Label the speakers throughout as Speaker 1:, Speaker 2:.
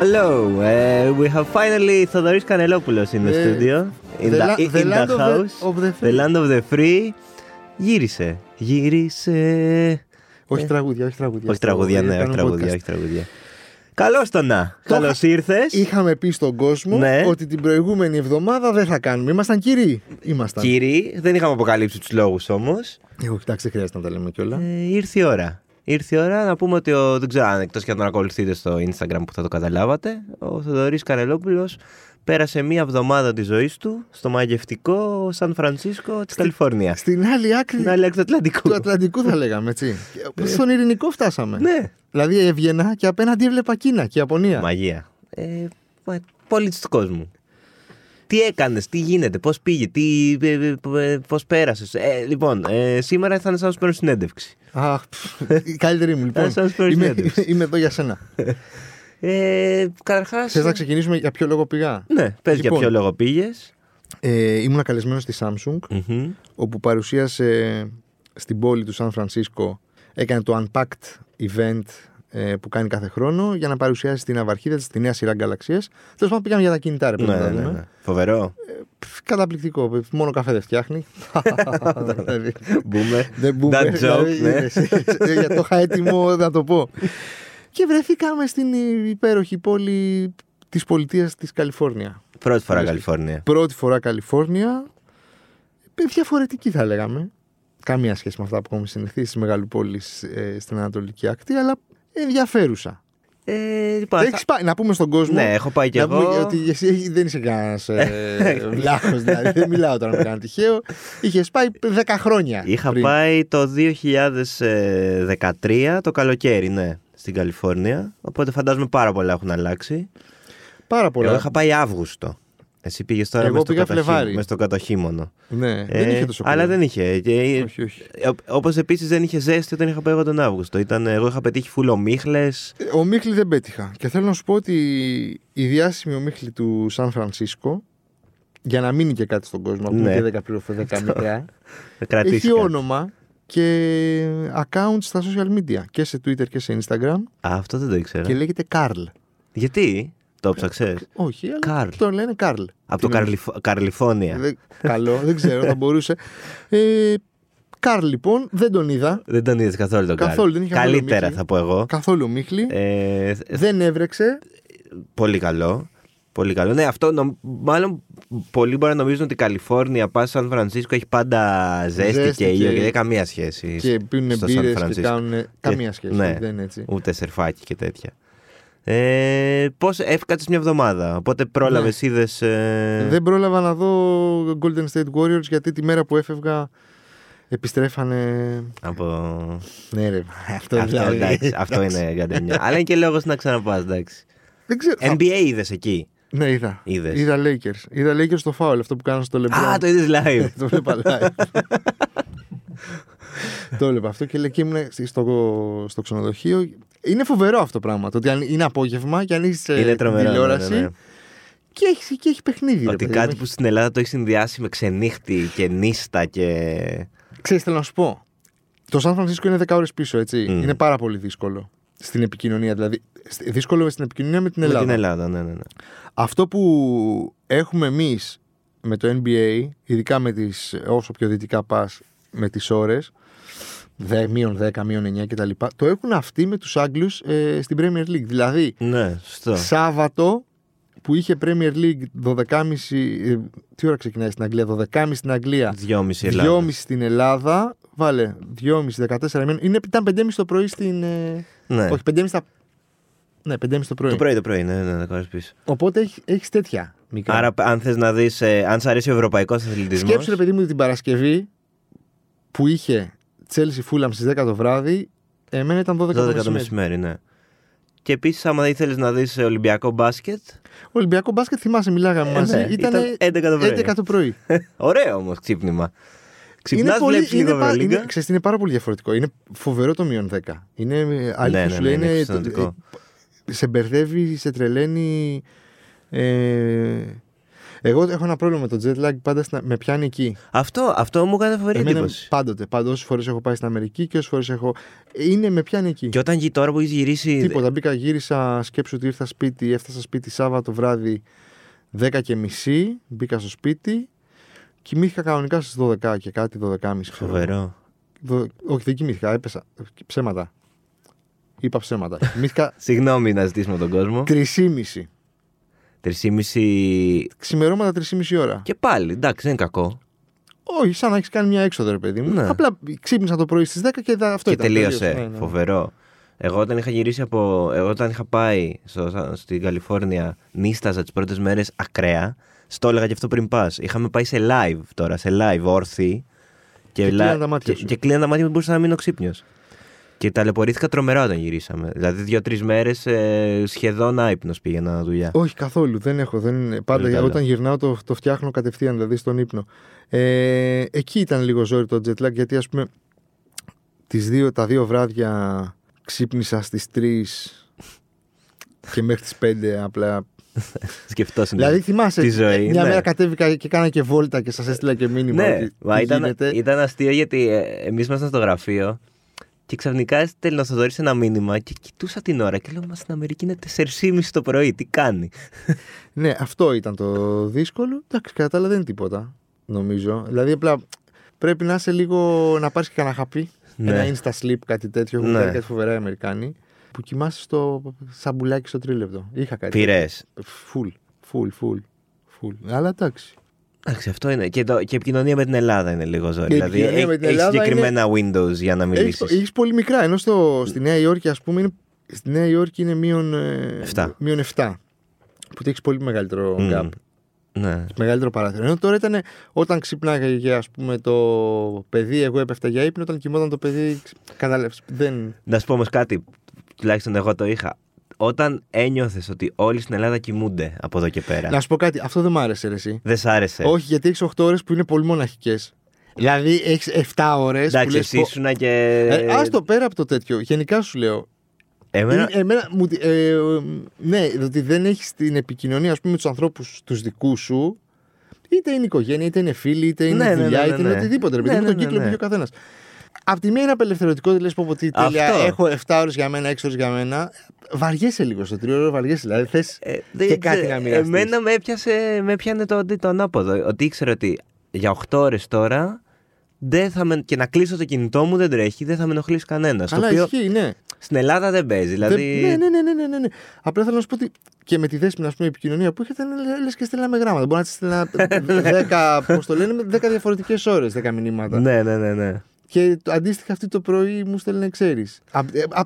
Speaker 1: hello. Uh, we have finally Theodoris Kanelopoulos in the,
Speaker 2: The-
Speaker 1: studio. In
Speaker 2: Ε, the
Speaker 1: the,
Speaker 2: la-
Speaker 1: in
Speaker 2: the land of the-
Speaker 1: house.
Speaker 2: of the free.
Speaker 1: land of the free. Γύρισε. Γύρισε.
Speaker 2: Όχι τραγούδια, όχι τραγούδια.
Speaker 1: Όχι τραγούδια, ναι, όχι
Speaker 2: Κάνουμε
Speaker 1: τραγούδια,
Speaker 2: podcast.
Speaker 1: όχι τραγούδια. Καλώς το να.
Speaker 2: Το
Speaker 1: Καλώς ήρθες.
Speaker 2: Είχαμε πει στον κόσμο
Speaker 1: Ναι.
Speaker 2: ότι την προηγούμενη εβδομάδα δεν θα κάνουμε. Ήμασταν κύριοι. Ήμασταν.
Speaker 1: Κύριοι, δεν είχαμε αποκαλύψει τους λόγους όμως.
Speaker 2: Εγώ κοιτάξτε, δεν χρειάζεται να τα λέμε κιόλα.
Speaker 1: Ε, ήρθε η ώρα. Ήρθε η ώρα να πούμε ότι ο, δεν ξέρω αν εκτός και αν τον ακολουθείτε στο Instagram που θα το καταλάβατε. Ο Θοδωρής Κανελόπουλο πέρασε μία εβδομάδα της ζωής του στο μαγευτικό Σαν Φρανσίσκο της Καλιφόρνιας.
Speaker 2: Στην άλλη άκρη
Speaker 1: Στην άλλη άκρη του Ατλαντικού.
Speaker 2: του Ατλαντικού θα λέγαμε, έτσι. Και Στον Ειρηνικό φτάσαμε.
Speaker 1: Ναι,
Speaker 2: Δηλαδή έβγαινα και απέναντι έβλεπα Κίνα και Ιαπωνία.
Speaker 1: μαγεία. Ε, πολίτης του κόσμου. Τι έκανες, τι γίνεται, πώς πήγε, τι, ε, πώς πέρασες. Ε, λοιπόν, ε, σήμερα ήρθαν σαν να σου παίρνω συνέντευξη.
Speaker 2: Αχ, πφ, η καλύτερη μου λοιπόν.
Speaker 1: Σαν στους
Speaker 2: είμαι,
Speaker 1: Περιστέντες.
Speaker 2: είμαι εδώ για σένα.
Speaker 1: Ε, Καταρχάς.
Speaker 2: Θες να ξεκινήσουμε για ποιο λόγο πήγα.
Speaker 1: Ναι, πες για
Speaker 2: Λοιπόν.
Speaker 1: ποιο λόγο πήγες.
Speaker 2: Ε, ήμουν καλεσμένος στη Samsung όπου παρουσίασε στην πόλη του Σαν Φρανσίσκο έκανε το Unpacked event ε, που κάνει κάθε χρόνο για να παρουσιάσει την αυαρχίδα της, τη νέα σειρά Γκαλαξίας. Τέλος πάντων πήγαμε για τα κινητά ρε παιδί
Speaker 1: Ναι,
Speaker 2: να τα
Speaker 1: ναι, ναι,
Speaker 2: δούμε.
Speaker 1: ναι. Φοβερό.
Speaker 2: Πφ, Καταπληκτικό, μόνο καφέ δεν φτιάχνει. Δηλαδή,
Speaker 1: Μπούμε.
Speaker 2: δεν μπούμε.
Speaker 1: That joke,
Speaker 2: δηλαδή,
Speaker 1: ναι.
Speaker 2: είδες, ε, για το είχα έτοιμο να το πω. Και βρεθήκαμε στην υπέροχη πόλη της πολιτείας της Καλιφόρνια.
Speaker 1: Πρώτη φορά Καλιφόρνια.
Speaker 2: Πρώτη φορά Καλιφόρνια. Ε, Διαφορετική θα λέγαμε. Καμία σχέση με αυτά που έχουμε συνηθίσει στις μεγάλου πόλει στην Ανατολική Ακτή, αλλά ενδιαφέρουσα.
Speaker 1: Ε, λοιπόν, θα-
Speaker 2: Έχεις πάει, να πούμε στον κόσμο.
Speaker 1: Ναι, έχω πάει κι
Speaker 2: να
Speaker 1: εγώ.
Speaker 2: πούμε ότι εσύ δεν είσαι κανένας ε, βλάχο, δηλαδή. δεν μιλάω τώρα με κανένα τυχαίο. Είχες πάει 10 χρόνια.
Speaker 1: Είχα
Speaker 2: πριν.
Speaker 1: πάει το 2013 το καλοκαίρι, ναι, στην Καλιφόρνια. Οπότε φαντάζομαι πάρα πολλά έχουν αλλάξει.
Speaker 2: Πάρα πολλά.
Speaker 1: Εγώ είχα πάει Αύγουστο. Εσύ πήγες τώρα
Speaker 2: Εγώ
Speaker 1: μες στο
Speaker 2: πήγα
Speaker 1: καταχύ-
Speaker 2: Φλεβάρι.
Speaker 1: μες στο κατοχύμωνο.
Speaker 2: Ναι, δεν
Speaker 1: Ε,
Speaker 2: είχε τόσο
Speaker 1: Αλλά
Speaker 2: πολύ.
Speaker 1: δεν είχε. Και... ε,
Speaker 2: Όχι, όχι.
Speaker 1: Όπως επίσης δεν είχε ζέστη όταν είχα πάει εγώ τον Αύγουστο. Ήταν, εγώ είχα πετύχει φουλομίχλε.
Speaker 2: Ε, Ο Μίχλη δεν πέτυχα. Και θέλω να σου πω ότι η διάσημη ο Μίχλη του Σαν Φρανσίσκο, για να μείνει και κάτι στον κόσμο, που
Speaker 1: Ναι.
Speaker 2: είναι και 10 πλήρω 10 μικρά, έχει
Speaker 1: Κρατήθηκε.
Speaker 2: όνομα και account στα social media και σε Twitter και σε Instagram
Speaker 1: Α, αυτό δεν το ήξερα.
Speaker 2: και λέγεται Καρλ.
Speaker 1: Γιατί το ψάξες.
Speaker 2: Όχι, αλλά
Speaker 1: Καρλ.
Speaker 2: τον λένε Καρλ.
Speaker 1: Από το
Speaker 2: Ε, Τι νομίζω.
Speaker 1: Καρλιφο- Καρλιφόνια.
Speaker 2: Δεν- Καλό, δεν ξέρω, θα μπορούσε. Ε, Καρλ λοιπόν, δεν τον είδα
Speaker 1: Δεν τον είδες καθόλου τον Καρλ.
Speaker 2: Καθόλου, δεν είχε καθόλου
Speaker 1: Καλύτερα
Speaker 2: μύχη.
Speaker 1: θα πω εγώ.
Speaker 2: καθόλου ο Μίχλη.
Speaker 1: Ε, θ-
Speaker 2: Δεν έβρεξε.
Speaker 1: πολύ καλό. Πολύ καλό. Ναι, αυτό νομ- μάλλον πολλοί μπορεί να νομίζουν ότι η Καλιφόρνια πα Σαν Φρανσίσκο έχει πάντα ζέστη,
Speaker 2: Ζέστη
Speaker 1: και ήλιο
Speaker 2: και-
Speaker 1: και δεν έχει καμία σχέση.
Speaker 2: Και πίνουν
Speaker 1: ε, στο Σαν
Speaker 2: μπύρες και
Speaker 1: Φρανσίσκο.
Speaker 2: κάνουν. Καμία
Speaker 1: Και-
Speaker 2: σχέση.
Speaker 1: ναι.
Speaker 2: Δεν είναι έτσι.
Speaker 1: Ούτε σερφάκι και τέτοια. Ε, Πώς έφκατσες μια εβδομάδα. Οπότε ε, πρόλαβες,
Speaker 2: Ναι.
Speaker 1: είδες.
Speaker 2: Δεν πρόλαβα να δω Golden State Warriors γιατί τη μέρα που έφευγα επιστρέφανε.
Speaker 1: Από...
Speaker 2: Ναι, ρε. Αυτό,
Speaker 1: Αυτό,
Speaker 2: δηλαδή.
Speaker 1: εντάξει, αυτό
Speaker 2: εντάξει.
Speaker 1: είναι κατεμιά. Αλλά είναι και λόγος να ξαναπάς, εντάξει.
Speaker 2: Δεν ξέρω. θα-
Speaker 1: NBA είδες εκεί.
Speaker 2: Ναι, είδα.
Speaker 1: Είδες.
Speaker 2: Είδα Lakers. Είδα Lakers στο foul, αυτό που κάνανε στο LeBron.
Speaker 1: Α, το είδες live.
Speaker 2: το βλέπα live. το έβλεπα αυτό και, λέει, και ήμουν στη- στο, στο ξενοδοχείο. Είναι φοβερό αυτό το πράγμα. Το ότι αν είναι απόγευμα και ανοίγει
Speaker 1: Είναι
Speaker 2: την
Speaker 1: τρομερό. ναι,
Speaker 2: Ε, τηλεόραση
Speaker 1: ναι, ναι.
Speaker 2: Και, έχεις, και έχει παιχνίδι. ρε
Speaker 1: Ότι
Speaker 2: παιδί μου.
Speaker 1: κάτι που στην Ελλάδα το έχεις συνδυάσει με ξενύχτη και νύστα και.
Speaker 2: Ξέρεις, θέλω να σου πω. Το Σαν Φρανσίσκο είναι 10 ώρες πίσω, έτσι.
Speaker 1: Μμμ.
Speaker 2: Είναι πάρα πολύ δύσκολο στην επικοινωνία. Δηλαδή, σ- δύσκολο στην επικοινωνία με την
Speaker 1: Με
Speaker 2: Ελλάδα.
Speaker 1: την Ελλάδα, ναι, ναι. ναι.
Speaker 2: Αυτό που έχουμε εμείς με το NBA, ειδικά με τις, όσο πιο δυτικά πας, με τις ώρες, μείον 10, μείον 9 κτλ., το έχουν αυτοί με τους Άγγλους ε, στην Premier League. Δηλαδή,
Speaker 1: Ναι, σωστό.
Speaker 2: Σάββατο που είχε Premier League 12.30. ε, τι ώρα ξεκινάει στην Αγγλία, 12.30 στην Αγγλία.
Speaker 1: Δυόμιση Ελλάδας.
Speaker 2: 2,5 στην Ελλάδα. Βάλε 2,5, 14 μήνων. Είναι, ήταν 5,5 το πρωί στην. ε,
Speaker 1: Ναι.
Speaker 2: Όχι, 5,5 τα. Ναι, 5,5 το πρωί.
Speaker 1: Το πρωί, το πρωί, ναι, ναι, να κάνεις πίσω.
Speaker 2: Οπότε έχει έχεις τέτοια μικρά.
Speaker 1: Άρα, αν θες να δεις, αν σ' αρέσει ο ευρωπαϊκός αθλητισμός.
Speaker 2: σκέψου ρε παιδί μου την Παρασκευή που είχε Chelsea Fulham στις 10 το βράδυ. Εμένα ήταν 12 το
Speaker 1: 12 το
Speaker 2: μεσημέρι.
Speaker 1: μεσημέρι, ναι. Και επίσης, άμα ήθελε να δεις Ολυμπιακό μπάσκετ.
Speaker 2: Ολυμπιακό μπάσκετ θυμάσαι, μιλάγαμε
Speaker 1: ε,
Speaker 2: μαζί.
Speaker 1: ναι,
Speaker 2: Ήτανε
Speaker 1: 11 το πρωί.
Speaker 2: 11 το πρωί.
Speaker 1: Ωραίο όμως ξύπνημα. Ξυπνάς, βλέπεις λίγο
Speaker 2: είναι, πα-
Speaker 1: Ευρωλίγκα.
Speaker 2: είναι, ξέρεις, είναι πάρα πολύ διαφορετικό. Είναι φοβερό το μείον 10. Είναι ε, άλλη
Speaker 1: Ναι,
Speaker 2: που
Speaker 1: ναι,
Speaker 2: σου
Speaker 1: ναι,
Speaker 2: λέει,
Speaker 1: είναι
Speaker 2: είναι, ε,
Speaker 1: εξωτερικό.
Speaker 2: σε μπερδεύει, σε τρελαίνει. Ε, Εγώ έχω ένα πρόβλημα με το jet lag, πάντα στην- με πιάνει εκεί.
Speaker 1: Αυτό, αυτό μου έκανε φοβερή
Speaker 2: Εμένα
Speaker 1: εντύπωση.
Speaker 2: πάντοτε, πάντα όσες φορές έχω πάει στην Αμερική και όσες φορές έχω. Είναι με πιάνει εκεί.
Speaker 1: Και όταν γυ- τώρα που έχεις γυρίσει.
Speaker 2: Τίποτα. Μπήκα, γύρισα, σκέψου ότι ήρθα σπίτι, έφτασα σπίτι Σάββατο βράδυ 10 και μισή, μπήκα στο σπίτι. Κοιμήθηκα κανονικά στις 12 και κάτι, 12.30 ξέρω.
Speaker 1: Φοβερό.
Speaker 2: Δο- Όχι, δεν κοιμήθηκα, έπεσα. Ψέματα. Είπα ψέματα. Κοιμήθηκα
Speaker 1: Συγγνώμη να ζητήσουμε τον κόσμο.
Speaker 2: 3,5.
Speaker 1: 3,5.
Speaker 2: Ξημερώματα 3,5 ώρα.
Speaker 1: Και πάλι, εντάξει, δεν είναι κακό.
Speaker 2: Όχι, σαν να έχεις κάνει μια έξοδο, ρε παιδί μου.
Speaker 1: Ναι.
Speaker 2: Απλά ξύπνησα το πρωί στις 10 και δα- αυτό
Speaker 1: και
Speaker 2: ήταν.
Speaker 1: τελείωσε.
Speaker 2: Ναι, ναι.
Speaker 1: Φοβερό. Εγώ όταν είχα γυρίσει από. Εγώ όταν είχα πάει στο, στην Καλιφόρνια, νίσταζα τις πρώτες μέρες ακραία. Στο έλεγα και αυτό πριν πας. Είχαμε πάει σε live τώρα, σε live όρθιοι.
Speaker 2: Και
Speaker 1: li-
Speaker 2: κλείναν τα μάτια
Speaker 1: και-
Speaker 2: σου.
Speaker 1: Και κλείναν τα μάτια μου, μπορούσα να μείνω ξύπνιος. Και ταλαιπωρήθηκα τρομερά όταν γυρίσαμε. Δηλαδή, δύο-τρει μέρες σχεδόν άϊπνος πήγαινα δουλειά.
Speaker 2: Όχι, καθόλου. Δεν έχω. Δεν είναι. Πάντα
Speaker 1: Πολύ καλά.
Speaker 2: όταν γυρνάω το, το φτιάχνω κατευθείαν, δηλαδή στον ύπνο. Ε, εκεί ήταν λίγο ζόρι το jet lag, γιατί ας πούμε τις δύο, τα δύο βράδια ξύπνησα στις 3 και μέχρι τις 5 απλά.
Speaker 1: Σκεφτόσουν.
Speaker 2: δηλαδή θυμάσαι.
Speaker 1: Ναι. Τη ζωή,
Speaker 2: Μια
Speaker 1: ναι.
Speaker 2: μέρα κατέβηκα και κάνα και βόλτα και σας έστειλα και μήνυμα.
Speaker 1: Ναι,
Speaker 2: ότι
Speaker 1: μα
Speaker 2: τι
Speaker 1: ήταν,
Speaker 2: γίνεται.
Speaker 1: ήταν αστείο γιατί ε, εμείς ήμασταν στο γραφείο και ξαφνικά στέλνει ο Θοδωρή ένα μήνυμα και κοιτούσα την ώρα και λέω: Μα στην Αμερική είναι 4.30 το πρωί, τι κάνει.
Speaker 2: Ναι, αυτό ήταν το δύσκολο. Εντάξει, κατά τα άλλα δεν είναι τίποτα, νομίζω. Δηλαδή, απλά πρέπει να είσαι λίγο να πάρεις και κανένα χαπί.
Speaker 1: Ναι.
Speaker 2: Ένα insta sleep, κάτι τέτοιο. Έχουν
Speaker 1: Ναι.
Speaker 2: κάνει κάτι φοβερά οι Αμερικάνοι. Που κοιμάσαι στο σαμπουλάκι στο τρίλεπτο. Είχα κάτι.
Speaker 1: Πειρές.
Speaker 2: Φουλ, φουλ, φουλ. φουλ. Αλλά εντάξει.
Speaker 1: Εντάξει, αυτό είναι. Και, το, και η επικοινωνία με την Ελλάδα είναι λίγο ζώρι.
Speaker 2: Η
Speaker 1: Δηλαδή
Speaker 2: επικοινωνία με την
Speaker 1: έχει
Speaker 2: Ελλάδα
Speaker 1: συγκεκριμένα Windows για να μιλήσεις.
Speaker 2: Έχεις πολύ μικρά. Ενώ στο, στη Νέα Υόρκη, ας πούμε, είναι, στη Νέα Υόρκη είναι μείον, ε,
Speaker 1: Εφτά.
Speaker 2: μείον 7. Που έχεις πολύ μεγαλύτερο gap.
Speaker 1: Ναι.
Speaker 2: Μεγαλύτερο παράθυρο. Ενώ τώρα ήταν όταν ξυπνάγε ας πούμε, το παιδί, εγώ έπεφτα για ύπνο, όταν κοιμόταν το παιδί. Κατάλαβε. Δεν.
Speaker 1: Να σου πω όμως κάτι, τουλάχιστον εγώ το είχα. Όταν ένιωθες ότι όλοι στην Ελλάδα κοιμούνται από εδώ και πέρα.
Speaker 2: Να σου πω κάτι, αυτό δεν μ' άρεσε ρε, εσύ.
Speaker 1: Δεν σ' άρεσε.
Speaker 2: Όχι, γιατί έχεις 8 ώρες που είναι πολύ μοναχικές. Δηλαδή έχεις 7 ώρε.
Speaker 1: Εντάξει, εσύ ήσουνα και.
Speaker 2: Ε, άστο πέρα από το τέτοιο. Γενικά σου λέω.
Speaker 1: Εμένα...
Speaker 2: Είναι- εμένα μου τη- ε, ε, ναι, ότι δεν έχεις την επικοινωνία ας πούμε, με τους ανθρώπους τους δικούς σου. Είτε είναι οικογένεια, είτε είναι φίλοι, είτε
Speaker 1: Ναι,
Speaker 2: είναι
Speaker 1: ναι, ναι,
Speaker 2: δουλειά,
Speaker 1: ναι,
Speaker 2: είτε είναι
Speaker 1: ναι.
Speaker 2: οτιδήποτε. Ρε,
Speaker 1: Ναι,
Speaker 2: παιδί μου,
Speaker 1: ναι,
Speaker 2: τον
Speaker 1: ναι,
Speaker 2: κύκλο που
Speaker 1: ναι.
Speaker 2: έχει ο καθένας. Απ' τη μία είναι απελευθερωτικό, ότι λες πω πω, τι τέλεια.
Speaker 1: Αυτό.
Speaker 2: Έχω 7 ώρες για μένα, 6 ώρες για μένα. Βαριέσαι λίγο στο 3 ώρο, βαριέσαι. Δηλαδή θες
Speaker 1: Ε,
Speaker 2: και κάτι
Speaker 1: ξέ-
Speaker 2: να μοιραστείς.
Speaker 1: Εμένα με έπιασε, με έπιανε το, το ανάποδο. Ότι ήξερα ότι για 8 ώρες τώρα δεν θα με, και να κλείσω το κινητό μου δεν τρέχει, δεν θα με ενοχλήσει κανένας. Το
Speaker 2: Καλά,
Speaker 1: οποίο
Speaker 2: ισχύει, ναι.
Speaker 1: στην Ελλάδα δεν παίζει. Δηλαδή.
Speaker 2: Δεν- Ναι, ναι, ναι, ναι, ναι, ναι. Απλά θέλω να σου πω ότι και με τη δέσμη ας πούμε, επικοινωνία που είχατε, λε και στέλναμε γράμματα. Μπορεί να τη στέλνα 10, πώς το λένε, 10 διαφορετικές ώρες, 10 μηνύματα.
Speaker 1: ναι, ναι, ναι. ναι.
Speaker 2: Και το- αντίστοιχα αυτή το πρωί μου στέλνε, ξέρεις.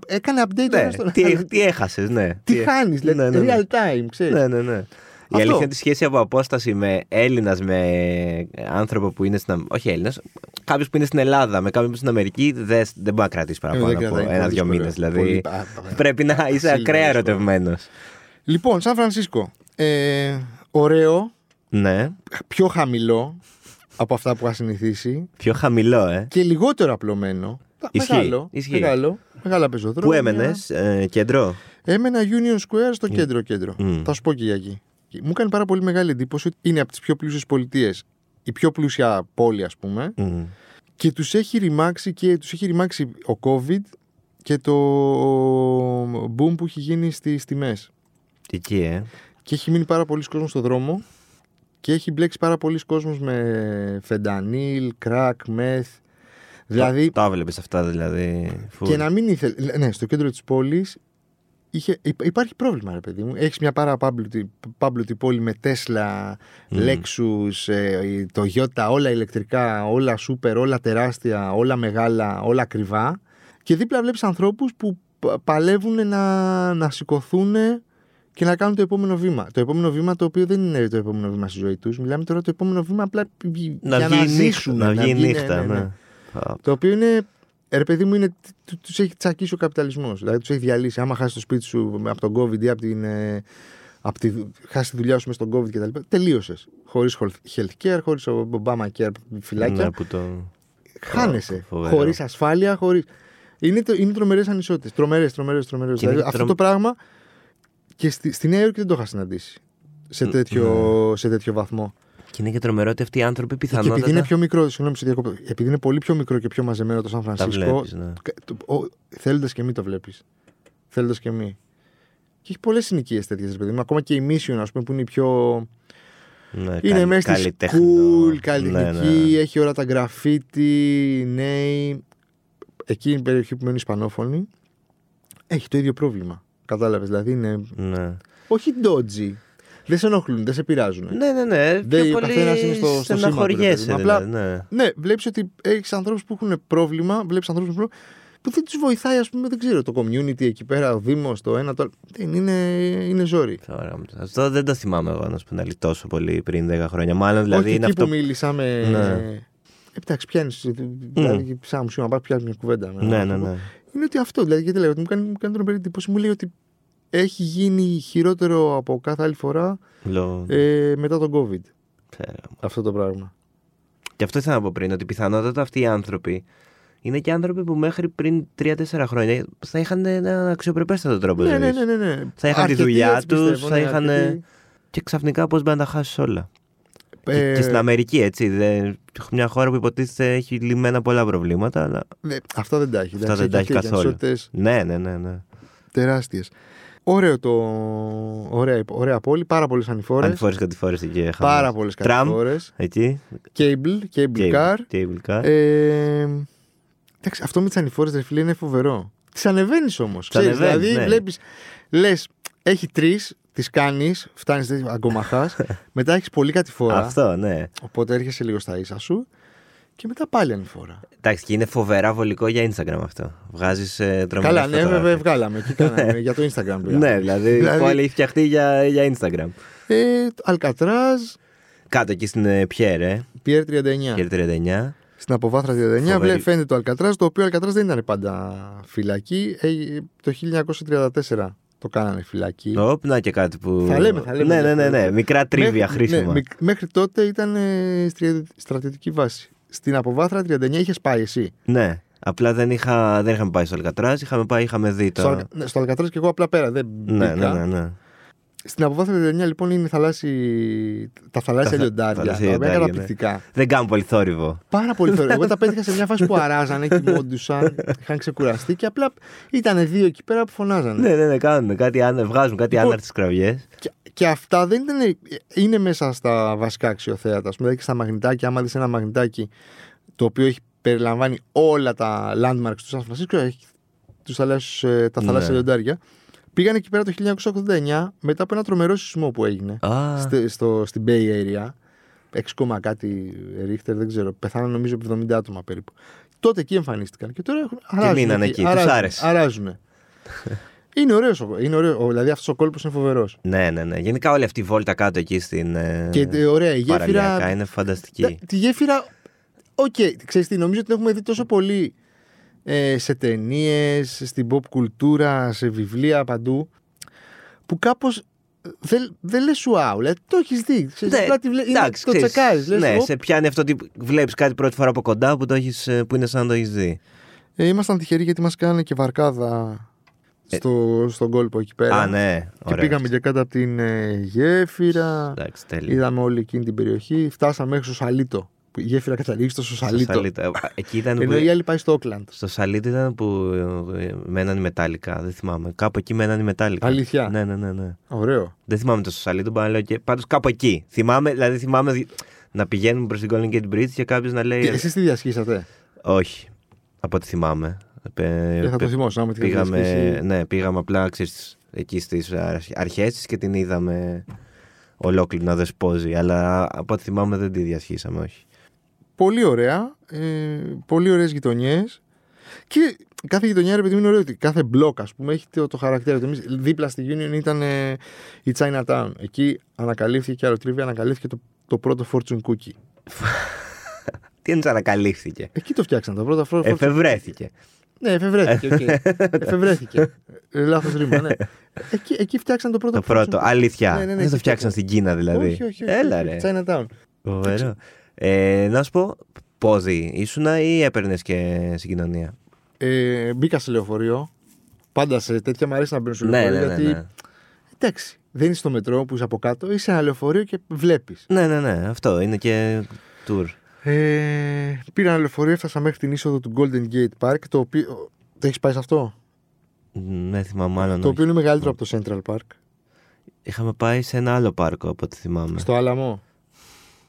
Speaker 2: Έκανε update
Speaker 1: Ναι,
Speaker 2: ένα στον
Speaker 1: τι,
Speaker 2: άλλον.
Speaker 1: τι έχασες, ναι.
Speaker 2: Τι χάνεις,
Speaker 1: ναι, ναι,
Speaker 2: δηλαδή.
Speaker 1: ναι.
Speaker 2: Real time, ξέρεις.
Speaker 1: Ναι, ναι, ναι. Η
Speaker 2: Αυτό.
Speaker 1: αλήθεια είναι ότι η σχέση από απόσταση με Έλληνας, με ε, άνθρωπο που είναι στην. Αμ- Όχι Έλληνας, κάποιος που είναι στην Ελλάδα, με κάποιον που είναι στην Αμερική, δεν, δεν μπορεί να κρατήσεις
Speaker 2: Ε, δεν
Speaker 1: παραπάνω από
Speaker 2: κρατάει,
Speaker 1: ένα-δύο
Speaker 2: πολύ
Speaker 1: μήνε.
Speaker 2: δύσκολο.
Speaker 1: Δηλαδή.
Speaker 2: Πολύ- α, α,
Speaker 1: Πρέπει να είσαι
Speaker 2: Σίγουρα,
Speaker 1: ακραία
Speaker 2: σίγουρα.
Speaker 1: ερωτευμένος.
Speaker 2: Λοιπόν, Σαν Φρανσίσκο. Ε, ωραίο,
Speaker 1: Ναι.
Speaker 2: πιο χαμηλό από αυτά που είχα συνηθίσει
Speaker 1: Πιο χαμηλό, ε.
Speaker 2: και λιγότερο απλωμένο.
Speaker 1: Ισχύει,
Speaker 2: Μεγάλο,
Speaker 1: ισχύει.
Speaker 2: μεγάλο, μεγάλα πεζοδρόμια.
Speaker 1: Πού έμενες, κέντρο.
Speaker 2: Έμενα Union Square στο κέντρο-κέντρο.
Speaker 1: Μμ.
Speaker 2: Θα σου πω και για εκεί. Μου κάνει πάρα πολύ μεγάλη εντύπωση ότι είναι από τις πιο πλούσιες πολιτείες. Η πιο πλούσια πόλη, ας πούμε.
Speaker 1: Μμ.
Speaker 2: Και τους έχει ρημάξει και τους έχει ρημάξει ο COVID και το boom που έχει γίνει στις τιμές.
Speaker 1: Εκεί, ε.
Speaker 2: Και έχει μείνει πάρα πολλοί κόσμος στον δρόμο και έχει μπλέξει πάρα πολλοί κόσμος με φεντανίλ, κρακ, μεθ. Δηλαδή
Speaker 1: Τα έβλεπε αυτά, δηλαδή. full.
Speaker 2: και να μην ήθελε... Ναι, στο κέντρο της πόλης είχε, υπ- υπάρχει πρόβλημα ρε παιδί μου. Έχεις μια πάρα πάμπλουτη, πάμπλουτη πόλη με Τέσλα, Lexus, ε, το Toyota, όλα ηλεκτρικά, όλα σούπερ, όλα τεράστια, όλα μεγάλα, όλα ακριβά. Και δίπλα βλέπεις ανθρώπους που πα- παλεύουν να, να σηκωθούν και να κάνουν το επόμενο βήμα. Το επόμενο βήμα το οποίο δεν είναι το επόμενο βήμα στη ζωή τους. Μιλάμε τώρα το επόμενο βήμα απλά
Speaker 1: Να
Speaker 2: για
Speaker 1: βγει
Speaker 2: να
Speaker 1: η νύχτα.
Speaker 2: ζήσουν.
Speaker 1: Να βγει η
Speaker 2: βγει- ναι,
Speaker 1: νύχτα,
Speaker 2: ναι, ναι.
Speaker 1: ναι. Α,
Speaker 2: Το οποίο είναι. Ρε παιδί μου, είναι, τους έχει τσακίσει ο καπιταλισμός. Δηλαδή τους έχει διαλύσει. Άμα χάσει το σπίτι σου από τον COVID ή από την. ε, απ' τη, δου- χάσει τη δουλειά σου μες στον COVID κτλ. Τελείωσες. Χωρίς healthcare, χωρί Obama care, φυλάκια.
Speaker 1: ναι, που το-
Speaker 2: Χάνεσαι.
Speaker 1: φοβερό.
Speaker 2: Χωρίς ασφάλεια, χωρίς. Είναι, το- είναι τρομερές ανισότητες. Τρομερές, τρομερές, τρομερές.
Speaker 1: Και είναι
Speaker 2: Δηλαδή,
Speaker 1: και
Speaker 2: αυτό
Speaker 1: τρο-
Speaker 2: το πράγμα και στη, στη Νέα Υόρκη δεν το είχα συναντήσει. σε τέτοιο,
Speaker 1: ναι.
Speaker 2: σε τέτοιο βαθμό.
Speaker 1: Και είναι και τρομερό ότι αυτοί οι άνθρωποι
Speaker 2: Και
Speaker 1: πιθανότατα.
Speaker 2: επειδή είναι πιο μικρό, συγγνώμη, σε διακόπτω, επειδή είναι πολύ πιο μικρό και πιο μαζεμένο το Σαν
Speaker 1: Τα
Speaker 2: Φρανσίσκο,
Speaker 1: βλέπεις, ναι.
Speaker 2: θέλοντας και μη το βλέπεις. Θέλοντας και μη. Και έχει πολλές συνοικίες τέτοιες, παιδί μου. Ακόμα και η Mission, ας πούμε, που είναι η πιο.
Speaker 1: Ναι,
Speaker 2: Είναι
Speaker 1: καλ-
Speaker 2: μέσα στη
Speaker 1: καλλιτέχνο.
Speaker 2: cool,
Speaker 1: Ναι, ναι,
Speaker 2: καλλιτεχνική,
Speaker 1: ναι.
Speaker 2: έχει όλα τα γκραφίτι, νέοι. Εκεί είναι η περιοχή που μένουν Ισπανόφωνοι. Έχει το ίδιο πρόβλημα. Κατάλαβες. Δηλαδή είναι.
Speaker 1: Ναι.
Speaker 2: Όχι ντότζι. Δεν σε ενοχλούν, δεν σε πειράζουν.
Speaker 1: Ναι, ναι, ναι.
Speaker 2: Δεν-
Speaker 1: πιο
Speaker 2: ο
Speaker 1: πολύ
Speaker 2: καθένας είναι στο- στο σήμα του, ρε
Speaker 1: στεναχωριέσαι,
Speaker 2: παιδί μου. Απλά-
Speaker 1: δηλαδή, ναι.
Speaker 2: Ναι, βλέπεις ότι έχεις ανθρώπους που έχουν πρόβλημα, βλέπεις ανθρώπους που, που δεν τους βοηθάει, ας πούμε, δεν ξέρω, το community εκεί πέρα, ο Δήμος, το ένα, το άλλο. Δεν είναι, είναι ζόρι.
Speaker 1: Ωραία, Αυτό δεν το θυμάμαι εγώ να σου πω να λυ- τόσο πολύ πριν 10 χρόνια. Μάλλον δηλαδή
Speaker 2: Όχι
Speaker 1: είναι
Speaker 2: εκεί
Speaker 1: αυτό.
Speaker 2: που μίλησα με.
Speaker 1: Ναι. Mm.
Speaker 2: Εντάξει, πιάνεις. Δηλαδή, σαν μουσείο να πας, πιάνεις μια κουβέντα. με έναν
Speaker 1: Ναι, ναι,
Speaker 2: άνθρωπο.
Speaker 1: ναι.
Speaker 2: Είναι ότι αυτό, δηλαδή, γιατί λέω, ότι μου κάνει, μου κάνει τρομερή εντύπωση. Μου λέει ότι έχει γίνει χειρότερο από κάθε άλλη φορά
Speaker 1: Λέω,
Speaker 2: ε, μετά τον COVID.
Speaker 1: ξέρω.
Speaker 2: Αυτό το πράγμα.
Speaker 1: Και αυτό ήθελα να πω πριν, ότι πιθανότατα αυτοί οι άνθρωποι είναι και άνθρωποι που μέχρι πριν 3-4 χρόνια θα είχαν έναν αξιοπρεπέστατο τρόπο
Speaker 2: Ναι,
Speaker 1: ζωής.
Speaker 2: ναι, ναι, ναι, ναι.
Speaker 1: Θα είχαν τη
Speaker 2: Αρκετοί
Speaker 1: δουλειά
Speaker 2: έτσι πιστεύω,
Speaker 1: τους, θα
Speaker 2: ναι,
Speaker 1: είχαν, ε,
Speaker 2: αρκετοί.
Speaker 1: Και ξαφνικά πώς μπαίνει να τα χάσεις όλα. Και,
Speaker 2: Ε,
Speaker 1: και στην Αμερική, έτσι. δεν- μια χώρα που υποτίθεται έχει λυμμένα πολλά προβλήματα, αλλά.
Speaker 2: ναι, αυτά δεν τα έχει.
Speaker 1: Αυτά δεν τα έχει καθόλου. Ναι, ναι, ναι. ναι.
Speaker 2: τεράστιες. Ωραίο το. Ωραία, ωραία πόλη, πάρα πολλές ανηφόρες.
Speaker 1: Ανηφόρες κατηφόρες εκεί. χαμός.
Speaker 2: Πάρα πολλές
Speaker 1: Τραμ,
Speaker 2: κατηφόρες.
Speaker 1: εκεί.
Speaker 2: Cable,
Speaker 1: Cable,
Speaker 2: cable car.
Speaker 1: cable car.
Speaker 2: Ε, εντάξει, αυτό με τις ανηφόρες, ρε φίλε, είναι φοβερό. Τις ανεβαίνεις όμως.
Speaker 1: ανεβαίνεις,
Speaker 2: Δηλαδή,
Speaker 1: ναι.
Speaker 2: βλέπεις, λες, έχει τρεις, τις κάνεις, φτάνεις αγκομαχά. μετά έχεις πολύ κατηφόρα.
Speaker 1: Αυτό, ναι.
Speaker 2: Οπότε έρχεσαι λίγο στα ίσα σου και μετά πάλι ανηφόρα.
Speaker 1: Εντάξει, και είναι φοβερά βολικό για Instagram αυτό. Βγάζεις ε, τρομερά.
Speaker 2: Καλά, ναι,
Speaker 1: φωτογραφία.
Speaker 2: βέβαια, βγάλαμε. εκεί κάναμε, για το Instagram. πήγαμε.
Speaker 1: Ναι, δηλαδή,
Speaker 2: Δηλαδή-
Speaker 1: η πόλη έχει φτιαχτεί για, για Instagram.
Speaker 2: Ε, Αλκατράζ,
Speaker 1: Κάτω εκεί στην ε, Πιέρε,
Speaker 2: Πιέρ 39.
Speaker 1: Πιέρε 39.
Speaker 2: Στην αποβάθρα 39
Speaker 1: Φοβερή.
Speaker 2: βλέπει φαίνεται το Αλκατράζ, το οποίο Αλκατράζ δεν ήταν πάντα φυλακή. Ε, το 1934 το κάνανε φυλακή.
Speaker 1: Όπ, να και κάτι που.
Speaker 2: Ναι. Θα λέμε, θα λέμε.
Speaker 1: Ναι, ναι, ναι, ναι. Μικρά τρίβια
Speaker 2: Μέχρι-
Speaker 1: χρήσιμα.
Speaker 2: ναι, μικ- μέχρι τότε ήταν ε, στρια- στρατιωτική βάση. Στην αποβάθρα 39 είχες πάει εσύ.
Speaker 1: Ναι. Απλά δεν, είχα, δεν είχαμε πάει στο Αλκατράζ, είχαμε πάει, είχαμε δει
Speaker 2: Στο,
Speaker 1: το.
Speaker 2: Αλκα- ναι, στο Αλκατράζ και εγώ απλά πέρα. Δεν
Speaker 1: Ναι,
Speaker 2: μπήκα.
Speaker 1: ναι, ναι, ναι.
Speaker 2: Στην αποβάθρα 39 λοιπόν είναι οι θαλάσσιοι- τα θαλάσσια
Speaker 1: θα-
Speaker 2: λιοντάρια. Τα
Speaker 1: θαλάσσια
Speaker 2: οποία είναι
Speaker 1: λιοντάρια, ναι.
Speaker 2: καταπληκτικά.
Speaker 1: Δεν κάνω πολύ θόρυβο.
Speaker 2: Πάρα πολύ θόρυβο. Εγώ τα πέτυχα σε μια φάση που αράζανε, κοιμόντουσαν, είχαν ξεκουραστεί και απλά ήταν δύο εκεί πέρα που φωνάζανε.
Speaker 1: Ναι, ναι, ναι, κάνουν κάτι, άνε- βγάζουν κάτι
Speaker 2: Λοιπόν,
Speaker 1: άναρτες κραυγές.
Speaker 2: Και, και αυτά δεν ήταν. Είναι μέσα στα βασικά αξιοθέατα. Ας πούμε, δηλαδή και στα μαγνητάκια. Άμα δεις ένα μαγνητάκι το οποίο έχει, περιλαμβάνει όλα τα landmarks του Σαν Φρανσίσκο, έχει τους θαλάσσιους, ε, τα
Speaker 1: Ναι.
Speaker 2: θαλάσσια λιοντάρια. Πήγαν εκεί πέρα το 1989 μετά από ένα τρομερό σεισμό που έγινε
Speaker 1: Α,
Speaker 2: στη- στο, στην Bay Area. 6, κάτι ρίχτερ, δεν ξέρω. Πεθάναν νομίζω 70 άτομα περίπου. Τότε εκεί εμφανίστηκαν και τώρα έχουν. αράζουν
Speaker 1: μείναν εκεί, τους
Speaker 2: αράζουν,
Speaker 1: άρεσε.
Speaker 2: αράζουν. είναι ωραίος ο- είναι ωραίο. ο- Δηλαδή αυτός ο κόλπος είναι φοβερός.
Speaker 1: ναι, ναι, ναι. Γενικά όλη αυτή η βόλτα κάτω εκεί στην. ε,
Speaker 2: Και τε- ωραία, η
Speaker 1: παραλιακά
Speaker 2: γέφυρα. Ναι,
Speaker 1: είναι
Speaker 2: τα-
Speaker 1: φανταστική.
Speaker 2: Τη γέφυρα. Οκ, ξέρεις τι, νομίζω ότι την έχουμε δει τόσο πολύ ε, σε ταινίες, στην pop κουλτούρα, σε βιβλία παντού. Που κάπως. Δεν, δεν λες wow, δηλαδή το έχεις δει. Ξέρεις,
Speaker 1: Ναι,
Speaker 2: απλά τη βλέ- είναι-
Speaker 1: εντάξει,
Speaker 2: το
Speaker 1: ξέρεις,
Speaker 2: τσεκάρεις, λες,
Speaker 1: Ναι,
Speaker 2: «Ωπ,
Speaker 1: σε πιάνει αυτό ότι βλέπεις κάτι πρώτη φορά από κοντά που, το έχεις, ε, που είναι σαν να το έχεις δει.
Speaker 2: Ε, ήμασταν τυχεροί γιατί μας κάνανε και βαρκάδα στο, στον κόλπο εκεί πέρα.
Speaker 1: Ε. Α, ναι.
Speaker 2: Και
Speaker 1: Ωραία.
Speaker 2: πήγαμε και κάτω από την ε, γέφυρα.
Speaker 1: Εντάξει, τέλειο.
Speaker 2: Είδαμε όλη εκείνη την περιοχή. Φτάσαμε μέχρι στο Σαλίτο. που Η γέφυρα καταλήγει στο
Speaker 1: Στο
Speaker 2: Σαλίτο.
Speaker 1: Σαλίτο. Ε, Εκεί ήταν
Speaker 2: Ενώ η
Speaker 1: που...
Speaker 2: άλλη πάει στο Όκλαντ.
Speaker 1: Στο Σαλίτο ήταν που ε, μέναν οι μετάλλικα. Δεν θυμάμαι. Κάπου εκεί μέναν οι μετάλλικα.
Speaker 2: Αλήθεια.
Speaker 1: Ναι, ναι, ναι. ναι.
Speaker 2: Ωραίο.
Speaker 1: Δεν θυμάμαι το στο Σαλίτο, μπορώ να λέω και. Πάντως κάπου εκεί. Θυμάμαι, δηλαδή θυμάμαι δι- να πηγαίνουμε προς την Golden Gate Bridge και κάποιος να λέει.
Speaker 2: Και Εσείς τι διασχίσατε.
Speaker 1: Όχι. Από ό,τι θυμάμαι. Ε,
Speaker 2: Δεν θα το
Speaker 1: πε-
Speaker 2: θυμόσαστε άμα τη είχατε
Speaker 1: Πήγαμε,
Speaker 2: διασχίσει.
Speaker 1: ναι, πήγαμε απλά ξέρεις, εκεί στις αρχές της και την είδαμε ολόκληρη να δεσπόζει. Αλλά από ό,τι θυμάμαι δεν τη διασχίσαμε, όχι.
Speaker 2: Πολύ ωραία. Ε, πολύ ωραίες γειτονιές. Και κάθε γειτονιά, ρε παιδί μου, είναι ωραίο ότι κάθε μπλοκ, ας πούμε, έχει το, το χαρακτήρα του. Εμείς δίπλα στη Union ήταν ε, η Chinatown. Εκεί ανακαλύφθηκε και άλλο τρίβια, ανακαλύφθηκε το, το πρώτο Fortune Cookie.
Speaker 1: Τι εννοείς ανακαλύφθηκε.
Speaker 2: Εκεί το φτιάξαν το πρώτο Fortune Cookie.
Speaker 1: Εφευρέθηκε.
Speaker 2: Ναι, εφευρέθηκε. οκ. εφευρέθηκε. Λάθος ρήμα, ναι. Εκεί, εκεί φτιάξαν το πρώτο.
Speaker 1: Το πρώτο,
Speaker 2: Fortune Cookie.
Speaker 1: αλήθεια.
Speaker 2: Ναι, ναι, ναι,
Speaker 1: δεν το
Speaker 2: εκεί
Speaker 1: φτιάξαν
Speaker 2: φτιάξαν.
Speaker 1: στην Κίνα δηλαδή.
Speaker 2: Όχι, όχι, όχι.
Speaker 1: Έλα
Speaker 2: όχι,
Speaker 1: ρε.
Speaker 2: Chinatown.
Speaker 1: Φοβερό. Ε, να σου πω, πόδι ήσουνα ή έπαιρνες και συγκοινωνία.
Speaker 2: Ε, μπήκα σε λεωφορείο. Πάντα σε τέτοια μου αρέσει να μπαίνω σε λεωφορείο.
Speaker 1: Ναι, ναι, ναι,
Speaker 2: γιατί
Speaker 1: ναι.
Speaker 2: εντάξει, δεν είσαι στο μετρό που είσαι από κάτω, είσαι ένα λεωφορείο και βλέπεις.
Speaker 1: Ναι, ναι, ναι. Αυτό είναι και tour.
Speaker 2: Ε, πήρα ένα λεωφορείο, έφτασα μέχρι την είσοδο του Golden Gate Park. Το οποίο. Το έχεις πάει σε αυτό.
Speaker 1: Ναι, θυμάμαι μάλλον.
Speaker 2: το οποίο
Speaker 1: όχι.
Speaker 2: είναι μεγαλύτερο από το Central Park.
Speaker 1: Είχαμε πάει σε ένα άλλο πάρκο από ό,τι θυμάμαι.
Speaker 2: Στο Άλαμο.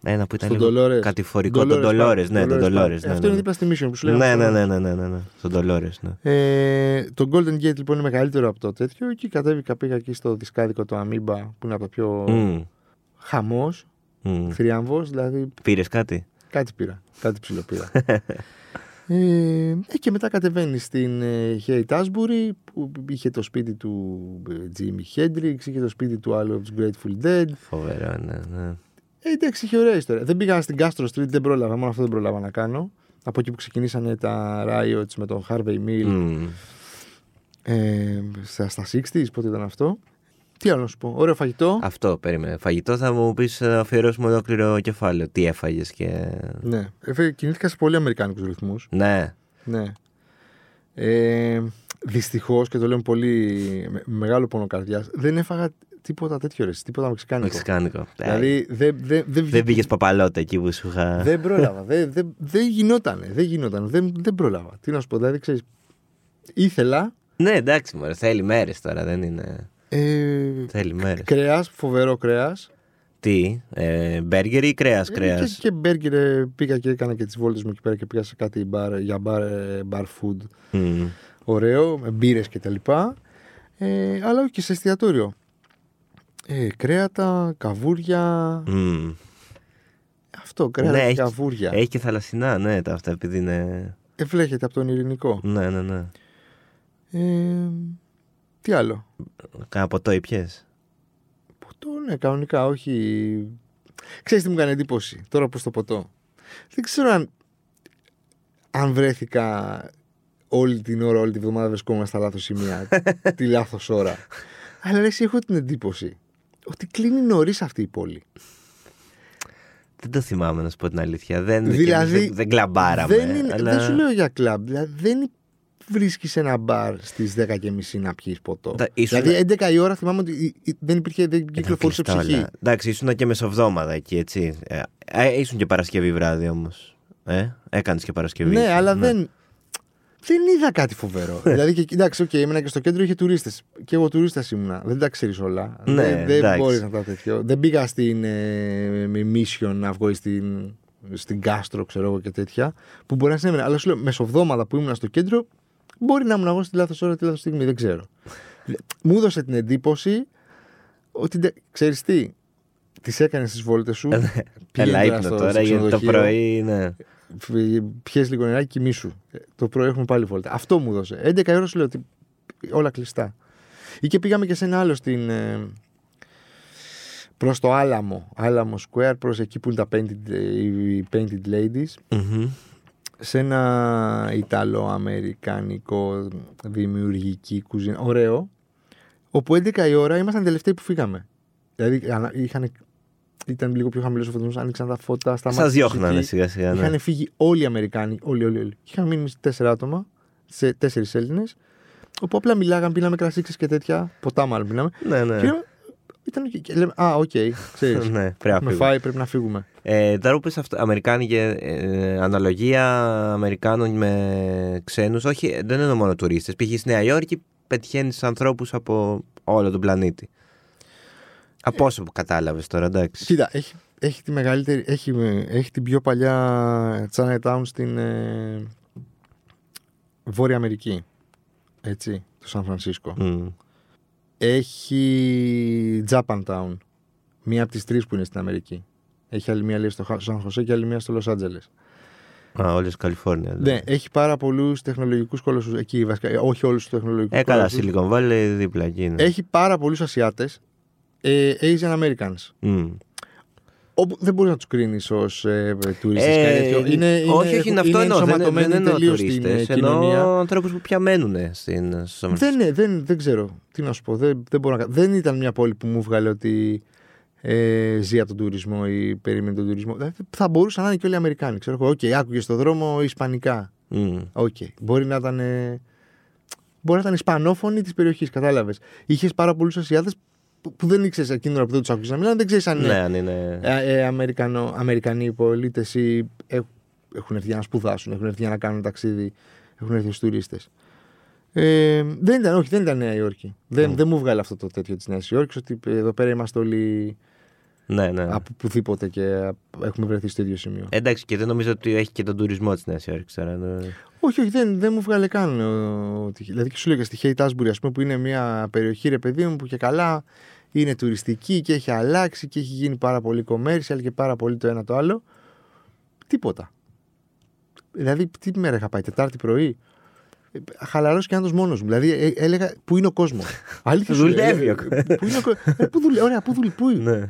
Speaker 1: Ένα που ήταν
Speaker 2: Στον
Speaker 1: Ναι. λίγο
Speaker 2: Dolores.
Speaker 1: κατηφορικό. Τον Dolores, ναι, τον Dolores.
Speaker 2: Αυτό είναι δίπλα στη Mission που σου λέγαμε.
Speaker 1: Ναι, ναι, ναι, ναι, ναι, ναι, ναι. Στον Dolores, ναι.
Speaker 2: Ε, το Golden Gate λοιπόν είναι μεγαλύτερο από το τέτοιο. Εκεί κατέβηκα, πήγα εκεί στο δισκάδικο το Amoeba που είναι από τα πιο
Speaker 1: Mm,
Speaker 2: χαμός,
Speaker 1: mm.
Speaker 2: θριάμβος, δηλαδή
Speaker 1: Πήρες κάτι.
Speaker 2: κάτι πήρα, κάτι ψηλό πήρα. ε, ε, και μετά κατεβαίνεις στην ε, Haight Ashbury που είχε το σπίτι του ε, Jimi Hendrix, είχε το σπίτι του άλλου από τους Grateful Dead.
Speaker 1: Φοβερό, ναι, ναι.
Speaker 2: Ε, εντάξει, είχε ωραία ιστορία. Δεν πήγα στην Castro Street, δεν πρόλαβα, μόνο αυτό δεν πρόλαβα να κάνω. Από εκεί που ξεκινήσανε τα Riots με τον Harvey Mill
Speaker 1: Mm.
Speaker 2: ε, στα, στα 60s, πότε ήταν αυτό. Τι άλλο να σου πω, ωραίο φαγητό.
Speaker 1: Αυτό περίμενε. Φαγητό θα μου πεις αφιερώσουμε ολόκληρο κεφάλαιο. Τι έφαγες και.
Speaker 2: Ναι, ε, κινήθηκα σε πολύ αμερικάνικους ρυθμούς.
Speaker 1: Ναι.
Speaker 2: Ναι. Ε, Δυστυχώς και το λέμε πολύ με, μεγάλο πόνο καρδιάς, δεν έφαγα τίποτα τέτοιο ρε, τίποτα μεξικάνικο.
Speaker 1: Μεξικάνικο. Ε,
Speaker 2: Δηλαδή δεν δεν δεν
Speaker 1: Δεν
Speaker 2: βγήκε-
Speaker 1: πήγες παπαλότα εκεί που σου είχα.
Speaker 2: δεν πρόλαβα. δεν δεν- δεν γινότανε. Δεν γινότανε. Δεν, δεν πρόλαβα. Τι να σου πω, δηλαδή ξέρεις. Ήθελα
Speaker 1: Ναι, εντάξει, μωρέ, θέλει μέρες τώρα, δεν είναι.
Speaker 2: ε,
Speaker 1: Θέλει μέρες.
Speaker 2: κρέας, φοβερό κρέας.
Speaker 1: Τι, ε, μπέργκερ ή κρέας, κρέας.
Speaker 2: Και, και μπέργκερ ε, πήγα και έκανα και τις βόλτες μου εκεί πέρα και πήγα σε κάτι μπαρ, για μπαρ, ε, bar food. ωραίο, με μπύρες κτλ. Ε, αλλά όχι και σε εστιατόριο. Ε, κρέατα, καβούρια. Αυτό, κρέατα
Speaker 1: Ναι,
Speaker 2: και
Speaker 1: έχει-
Speaker 2: καβούρια.
Speaker 1: Έχει και θαλασσινά, ναι, τα αυτά, επειδή είναι.
Speaker 2: Ευλέγεται από τον ειρηνικό.
Speaker 1: Ναι, ναι, ναι.
Speaker 2: Ε, τι άλλο.
Speaker 1: Κάνα ποτό ή πιες?
Speaker 2: Ποτό, ναι, κανονικά, όχι. Ξέρεις τι μου κάνει εντύπωση τώρα προς το ποτό. Δεν ξέρω αν, αν βρέθηκα όλη την ώρα, όλη τη βδομάδα βρισκόμαστε στα λάθος σημεία, τη λάθος ώρα. Αλλά εσύ έχω την εντύπωση ότι κλείνει νωρίς αυτή η πόλη.
Speaker 1: Δεν το θυμάμαι να σου πω την αλήθεια. Δεν,
Speaker 2: Δηλαδή,
Speaker 1: και εμείς δεν, δεν κλαμπάραμε.
Speaker 2: δεν, είναι-
Speaker 1: αλλά...
Speaker 2: δεν σου λέω για κλαμπ. Δηλαδή δεν βρίσκεις ένα μπαρ στις 10.30 να πιεις ποτό.
Speaker 1: Τα- Ε, ίσως
Speaker 2: δηλαδή
Speaker 1: να-
Speaker 2: 11 η ώρα θυμάμαι ότι η- η- δεν υπήρχε, δεν
Speaker 1: Ήταν
Speaker 2: κυκλοφορούσε
Speaker 1: κλειστά
Speaker 2: ψυχή.
Speaker 1: όλα. Εντάξει, ήσουν και μεσοβδόμαδα εκεί, έτσι. Ε, ε, ήσουν και Παρασκευή βράδυ όμως. Ε, έκανες και Ναι. Παρασκευή.
Speaker 2: Ναι,
Speaker 1: ήσουν,
Speaker 2: αλλά δεν. Δεν είδα κάτι φοβερό. δηλαδή, και, εντάξει, οκ, ήμουνα και στο κέντρο, είχε τουρίστες. Και εγώ τουρίστας ήμουνα. Δεν τα ξέρεις όλα.
Speaker 1: Ναι,
Speaker 2: δεν δεν
Speaker 1: εντάξει.
Speaker 2: μπορείς να τα τέτοιο. Δεν πήγα στην ε, Mission να βγω ή στην, στην Κάστρο, ξέρω εγώ και τέτοια. Που μπορεί να συνέβαινε. Αλλά σου λέω, μεσοβδόμαδα που ήμουν στο κέντρο, μπορεί να ήμουν εγώ στη λάθος ώρα, τη λάθος στιγμή. Δεν ξέρω. Μου έδωσε την εντύπωση ότι ξέρεις τι. Τις έκανες τις βόλτες σου.
Speaker 1: Ε, ναι. Έλα,
Speaker 2: πήγαινε
Speaker 1: ύπνο
Speaker 2: στο-
Speaker 1: τώρα,
Speaker 2: στο
Speaker 1: γιατί το
Speaker 2: ξενοδοχείο.
Speaker 1: πρωί. Ναι.
Speaker 2: Πιες λίγο νεράκι, κοιμήσου. Ε, Το πρωί έχουμε πάλι βόλτα. Αυτό μου δώσε. 11 ώρα σου λέω ότι όλα κλειστά. Ή και πήγαμε και σε ένα άλλο στην. ε, προς το Άλαμο. Άλαμο Square, προς εκεί που είναι τα Painted, οι painted Ladies.
Speaker 1: Μμμ.
Speaker 2: Σε ένα Ιταλο-Αμερικανικό δημιουργική κουζίνα. Ωραίο. Όπου 11 η ώρα ήμασταν τελευταίοι που φύγαμε. Δηλαδή ανα- είχαν, ήταν λίγο πιο χαμηλός ο φωτισμός, άνοιξαν τα φώτα, σταμάτησε.
Speaker 1: Σα
Speaker 2: η
Speaker 1: διώχνανε
Speaker 2: μουσική.
Speaker 1: σιγά σιγά. Ναι.
Speaker 2: Είχαν φύγει όλοι οι Αμερικάνοι, όλοι, όλοι, όλοι. Είχαν μείνει τέσσερα άτομα, σε τέσσερις Έλληνες. Όπου απλά μιλάγαν, πίναμε κρασίξες και τέτοια. Ποτά μάλλον πίναμε.
Speaker 1: ναι, ναι.
Speaker 2: Και ήταν και, και λέμε, Α, οκ, ξέρεις.
Speaker 1: ναι, πρέπει να
Speaker 2: με
Speaker 1: φύγω.
Speaker 2: φάει, πρέπει να φύγουμε.
Speaker 1: Ε, τώρα που πες αυτό, Αμερικάνικη ε, ε, αναλογία Αμερικάνων με ξένους, όχι, δεν είναι μόνο τουρίστες. Π.χ. στη Νέα Υόρκη πετυχαίνεις ανθρώπους από όλο τον πλανήτη. Από όσο που κατάλαβες τώρα, εντάξει.
Speaker 2: Κοίτα, έχει, έχει τη μεγαλύτερη, έχει, έχει την πιο παλιά Chinatown στην ε, Βόρεια Αμερική. Έτσι, το Σαν Φρανσίσκο.
Speaker 1: Μμ.
Speaker 2: Έχει Japantown. Μία από τις τρεις που είναι στην Αμερική. Έχει άλλη μία λέει στο Χα- Σαν Χωσέ και άλλη μία στο Λος Άντζελες.
Speaker 1: Α, όλες Καλιφόρνια. δηλαδή.
Speaker 2: Ναι, έχει πάρα πολλούς τεχνολογικούς κολοσσούς. Εκεί βασικά, ε, όχι όλους τους τεχνολογικούς
Speaker 1: Ε, καλά,
Speaker 2: κολοσσούς.
Speaker 1: Silicon Valley δίπλα εκεί είναι.
Speaker 2: Έχει πάρα πολλούς Ασιάτες. Ε, Asian Americans.
Speaker 1: Μμ.
Speaker 2: Όπου δεν μπορείς να τους κρίνεις ως ε, τουρίστες.
Speaker 1: Ε,
Speaker 2: είναι, είναι,
Speaker 1: όχι, όχι, είναι αυτό
Speaker 2: είναι
Speaker 1: εννοώ. Δεν,
Speaker 2: ενσωματωμένοι
Speaker 1: δεν εννοώ
Speaker 2: τελείως στην, ε,
Speaker 1: τουρίστες,
Speaker 2: κοινωνία.
Speaker 1: εννοώ ανθρώπους που πια μένουν στην, στους Αμερικανούς.
Speaker 2: Δεν, ε, δεν, δεν ξέρω τι να σου πω. Δεν, δεν, μπορώ να... κα- δεν ήταν μια πόλη που μου βγάλε ότι ε, ζει από τον τουρισμό ή περίμενε τον τουρισμό. Δηλαδή, θα μπορούσαν να είναι και όλοι οι Αμερικάνοι. Ξέρω εγώ, οκ, άκουγες στον δρόμο Ισπανικά.
Speaker 1: Μμ.
Speaker 2: Οκ. Μπορεί να ήταν. ε, Μπορεί να ήταν Ισπανόφωνοι της περιοχής, κατάλαβες. Είχες πάρα πολλούς Ασιάτες που, που δεν ήξερες εκείνο που δεν τους άκουσες να μιλάνε, δεν ξέρεις αν
Speaker 1: Ναι,
Speaker 2: είναι
Speaker 1: αν είναι.
Speaker 2: ε, ε, Αμερικανο, Αμερικανοί πολίτες ή έχ- έχουν έρθει για να σπουδάσουν, έχουν έρθει για να κάνουν ταξίδι, έχουν έρθει ως τουρίστες. Ε, δεν ήταν, όχι, δεν ήταν Νέα Υόρκη. Δεν, δεν μου βγάλε αυτό το τέτοιο της Νέας Υόρκης, ότι ε, εδώ πέρα είμαστε όλοι
Speaker 1: Ναι, ναι.
Speaker 2: από πουδήποτε και α, έχουμε βρεθεί στο ίδιο σημείο.
Speaker 1: Εντάξει, και δεν νομίζω ότι έχει και τον τουρισμό της Νέας Υόρκης τώρα. ναι.
Speaker 2: Όχι, όχι, δεν, δεν μου βγάλε καν. ε, ο- ότι- Δηλαδή, και σου λέω και στη Χέιτάσμπουργκ, α πούμε, που είναι μια περιοχή, ρε παιδί μου, που και καλά είναι τουριστική και έχει αλλάξει και έχει γίνει πάρα πολύ commercial και πάρα πολύ το ένα το άλλο. Τίποτα. Δηλαδή, τι μέρα είχα πάει, Τετάρτη πρωί. Χαλαρός και άντο μόνος μου. Δηλαδή, ε, έλεγα πού είναι ο κόσμος. Αλήθεια. σου λέω,
Speaker 1: Δουλεύει
Speaker 2: ε,
Speaker 1: ο κόσμος.
Speaker 2: Πού είναι ο κόσμο. Πού δουλεύει. Ωραία, πού δουλεύει. Πού είναι.
Speaker 1: Ναι.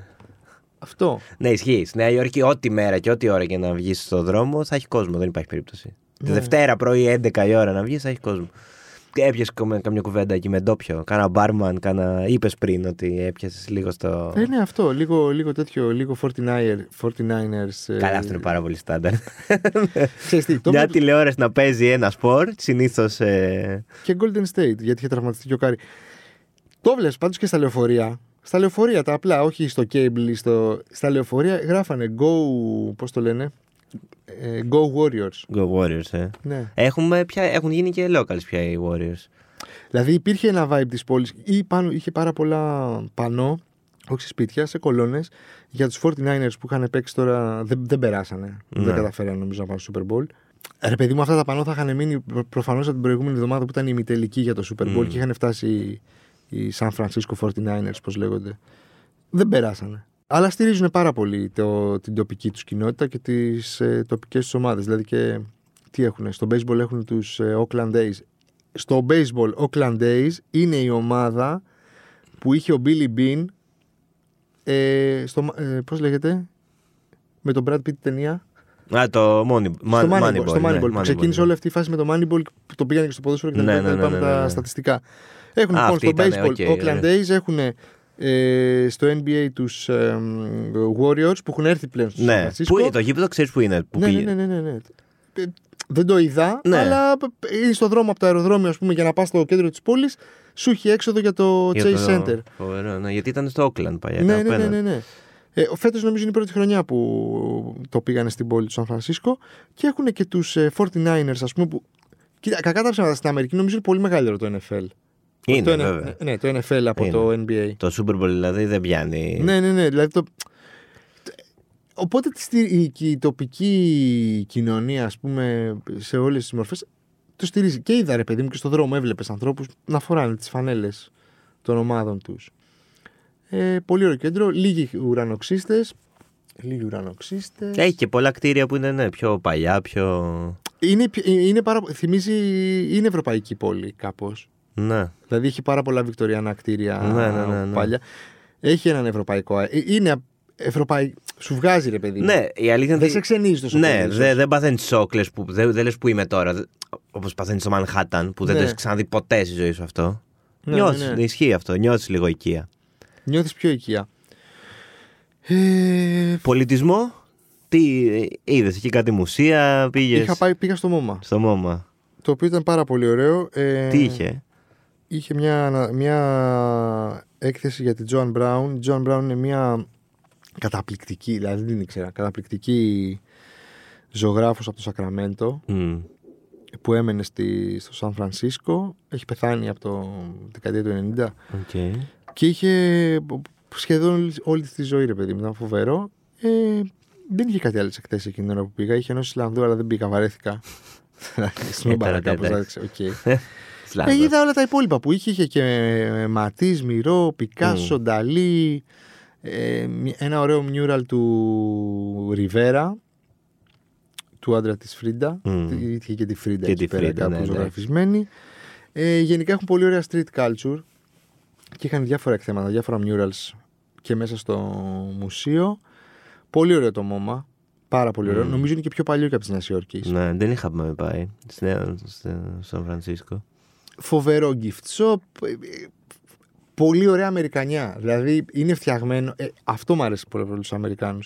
Speaker 2: Αυτό.
Speaker 1: Ναι, ισχύει. Στη Νέα Υόρκη, ό,τι μέρα και ό,τι ώρα και να βγεις στον δρόμο, θα έχει κόσμο. Δεν υπάρχει περίπτωση.
Speaker 2: Ναι.
Speaker 1: Τη Δευτέρα πρωί, 11 η ώρα να βγεις, θα έχει κόσμο. Και έπιασε καμιά καμιά κουβέντα εκεί με ντόπιο. Κάνα μπάρμαν, κάνα. Είπες πριν ότι έπιασες λίγο στο.
Speaker 2: Ε, ναι, αυτό. Λίγο, λίγο τέτοιο, λίγο 49er, 49ers. ε,
Speaker 1: Καλά, αυτό είναι πάρα πολύ στάνταρ.
Speaker 2: ξέρεις τι, το
Speaker 1: Μια
Speaker 2: βλέπω-
Speaker 1: τηλεόραση να παίζει ένα σπορ, ε, συνήθω.
Speaker 2: και Golden State, γιατί είχε τραυματιστεί και ο Κάρι. Το βλέπεις πάντως και στα λεωφορεία. Στα λεωφορεία τα απλά, όχι στο cable. ή Στο... Στα λεωφορεία γράφανε Go. Πώς το λένε, ε, Go Warriors.
Speaker 1: Go Warriors, ε.
Speaker 2: Ναι.
Speaker 1: Έχουμε πια, έχουν γίνει και locals πια οι Warriors.
Speaker 2: Δηλαδή υπήρχε ένα vibe της πόλης ή πάνω, είχε πάρα πολλά πανό, όχι σε σπίτια, σε κολόνες για τους 49ers που είχαν παίξει τώρα. Δεν, δεν περάσανε.
Speaker 1: Ναι.
Speaker 2: Δεν καταφέρανε νομίζω να πάνε στο Super Bowl. Ρε παιδί μου, αυτά τα πανό θα είχαν μείνει προφανώς από την προηγούμενη εβδομάδα που ήταν η ημιτελική για το Super Bowl και είχαν φτάσει οι- οι San Francisco 49ers, πώς λέγονται. Δεν περάσανε. Αλλά στηρίζουν πάρα πολύ το, την τοπική τους κοινότητα και τις ε, τοπικές τους ομάδες. Δηλαδή και τι έχουν. Στο baseball έχουν τους ε, Oakland A's. Στο baseball, Oakland A's είναι η ομάδα που είχε ο Billy Bean ε, στο, ε, πώς λέγεται, με τον Brad Pitt την ταινία.
Speaker 1: Α, το Money, Man-
Speaker 2: στο Moneyball.
Speaker 1: Moneyball,
Speaker 2: στο
Speaker 1: ναι,
Speaker 2: Moneyball, που
Speaker 1: Moneyball,
Speaker 2: ξεκίνησε
Speaker 1: ναι.
Speaker 2: όλη αυτή η φάση με το Moneyball που το πήγανε και στο ποδόσφαιρο και τα
Speaker 1: Ναι,
Speaker 2: λοιπά,
Speaker 1: ναι,
Speaker 2: τα λοιπά
Speaker 1: ναι,
Speaker 2: με
Speaker 1: ναι,
Speaker 2: τα
Speaker 1: ναι.
Speaker 2: στατιστικά. Έχουν
Speaker 1: Α,
Speaker 2: λοιπόν
Speaker 1: αυτή
Speaker 2: στο
Speaker 1: ήταν,
Speaker 2: baseball
Speaker 1: οκ, ναι.
Speaker 2: Oakland A's, έχουν ε, στο NBA τους ε, μ, Warriors που έχουν έρθει πλέον στο San
Speaker 1: Ναι.
Speaker 2: Francisco.
Speaker 1: Πού είναι το γήπεδο, ξέρεις που είναι. Που
Speaker 2: ναι,
Speaker 1: πήγε.
Speaker 2: ναι, ναι, ναι, ναι. Ε, Δεν το είδα,
Speaker 1: Ναι.
Speaker 2: αλλά είναι στο δρόμο από το αεροδρόμιο ας πούμε, για να πας στο κέντρο της πόλης. Σου έχει έξοδο για το
Speaker 1: Για
Speaker 2: Chase
Speaker 1: το-
Speaker 2: Center.
Speaker 1: Φοβερό, ναι, γιατί ήταν στο Όκλαντ παλιά.
Speaker 2: Ναι,
Speaker 1: ήταν
Speaker 2: ναι, ναι,
Speaker 1: απέναντι.
Speaker 2: ναι, ναι. Ε, Φέτος νομίζω είναι η πρώτη χρονιά που το πήγανε στην πόλη του Σαν Φρανσίσκο και έχουν και τους 49ers, ας πούμε. Που... Κοίτα, κακά τα ψέματα στην Αμερική νομίζω είναι πολύ μεγαλύτερο το NFL.
Speaker 1: Είναι,
Speaker 2: το, N-
Speaker 1: βέβαια.
Speaker 2: ναι, ναι, το NFL από
Speaker 1: Είναι.
Speaker 2: το NBA.
Speaker 1: Το Super Bowl δηλαδή δεν πιάνει.
Speaker 2: Ναι, ναι, ναι. Δηλαδή το... Οπότε τη στηρι- η, και η τοπική κοινωνία, ας πούμε, σε όλες τις μορφές, το στηρίζει. Και είδα, ρε παιδί μου, και στον δρόμο έβλεπες ανθρώπους να φοράνε τις φανέλες των ομάδων τους. Ε, πολύ ωραίο κέντρο, λίγοι ουρανοξύστες, λίγοι ουρανοξύστες.
Speaker 1: Έχει και πολλά κτίρια που είναι ναι, πιο παλιά, πιο.
Speaker 2: Είναι, πιο- είναι πάρα, θυμίζει, είναι ευρωπαϊκή πόλη κάπως.
Speaker 1: Ναι.
Speaker 2: Δηλαδή έχει πάρα πολλά βικτοριανά κτίρια
Speaker 1: Ναι, ναι, ναι, ναι.
Speaker 2: παλιά. Έχει έναν ευρωπαϊκό. αε- Είναι ευρωπαϊ... Σου βγάζει ρε παιδί. μου.
Speaker 1: ναι, η αλήθεια είναι
Speaker 2: Δεν
Speaker 1: ότι-
Speaker 2: σε ξενίζει τόσο
Speaker 1: Ναι,
Speaker 2: πολύ,
Speaker 1: δεν δεν παθαίνεις σόκλες που δεν δε λες που είμαι τώρα. Όπως παθαίνεις στο Manhattan που δεν
Speaker 2: Ναι.
Speaker 1: το έχεις ξαναδεί ποτέ στη ζωή σου αυτό.
Speaker 2: Ναι,
Speaker 1: Νιώθεις,
Speaker 2: ναι, ναι.
Speaker 1: ισχύει αυτό, νιώθεις λίγο οικία.
Speaker 2: Νιώθεις πιο οικία. Ε,
Speaker 1: Πολιτισμό, τι είδες εκεί, κάτι μουσεία, πήγες.
Speaker 2: είχα πάει, πήγα στο Μόμα,
Speaker 1: Στο μόμα.
Speaker 2: το οποίο ήταν πάρα πολύ ωραίο. Ε,
Speaker 1: Τι είχε.
Speaker 2: Είχε μια, ανα- μια έκθεση για την Joan Brown. Η Joan Brown είναι μια καταπληκτική, δηλαδή δεν ήξερα, καταπληκτική ζωγράφος από το Σακραμέντο
Speaker 1: Μμ.
Speaker 2: που έμενε στη, στο Σαν Φρανσίσκο. Έχει πεθάνει από το δεκαετία του 90.
Speaker 1: Οκ.
Speaker 2: Και είχε σχεδόν όλη- όλη τη ζωή, ρε παιδί μου. Ήταν φοβερό. Ε, δεν είχε κάτι άλλε εκθέσεις εκείνη την ώρα που πήγα. Είχε ενός Ισλανδού, αλλά δεν πήγα, βαρέθηκα. Σνούμπαρα
Speaker 1: τώρα,
Speaker 2: κάπω.
Speaker 1: εντάξει. Σλάβα.
Speaker 2: Ε, είδα όλα τα υπόλοιπα που είχε. Είχε και Ματής, Μυρό, Πικάσο, Νταλή. ε, μια- ένα ωραίο μιούραλ του Ριβέρα, του άντρα της Φρίντα.
Speaker 1: Μμ.
Speaker 2: Τι- Είχε και τη Φρίντα
Speaker 1: Και
Speaker 2: εκεί
Speaker 1: τη
Speaker 2: πέρα,
Speaker 1: Φρίντα,
Speaker 2: κάπου
Speaker 1: ναι, εντάξει.
Speaker 2: ζωγραφισμένη. Ε, γενικά έχουν πολύ ωραία street culture και είχαν διάφορα εκθέματα, διάφορα murals και μέσα στο μουσείο. Πολύ ωραίο το μόμα. Πάρα πολύ ωραίο.
Speaker 1: Μμ.
Speaker 2: Νομίζω είναι και πιο παλιό και από τη Νέας Υόρκης.
Speaker 1: Ναι, δεν είχαμε πάει στη Νέα- στο Σαν Φρανσίσκο.
Speaker 2: φοβερό gift shop. ε, ε, Πολύ ωραία Αμερικανιά. Δηλαδή είναι φτιαγμένο. ε, αυτό μου αρέσει πολύ από τους Αμερικάνους.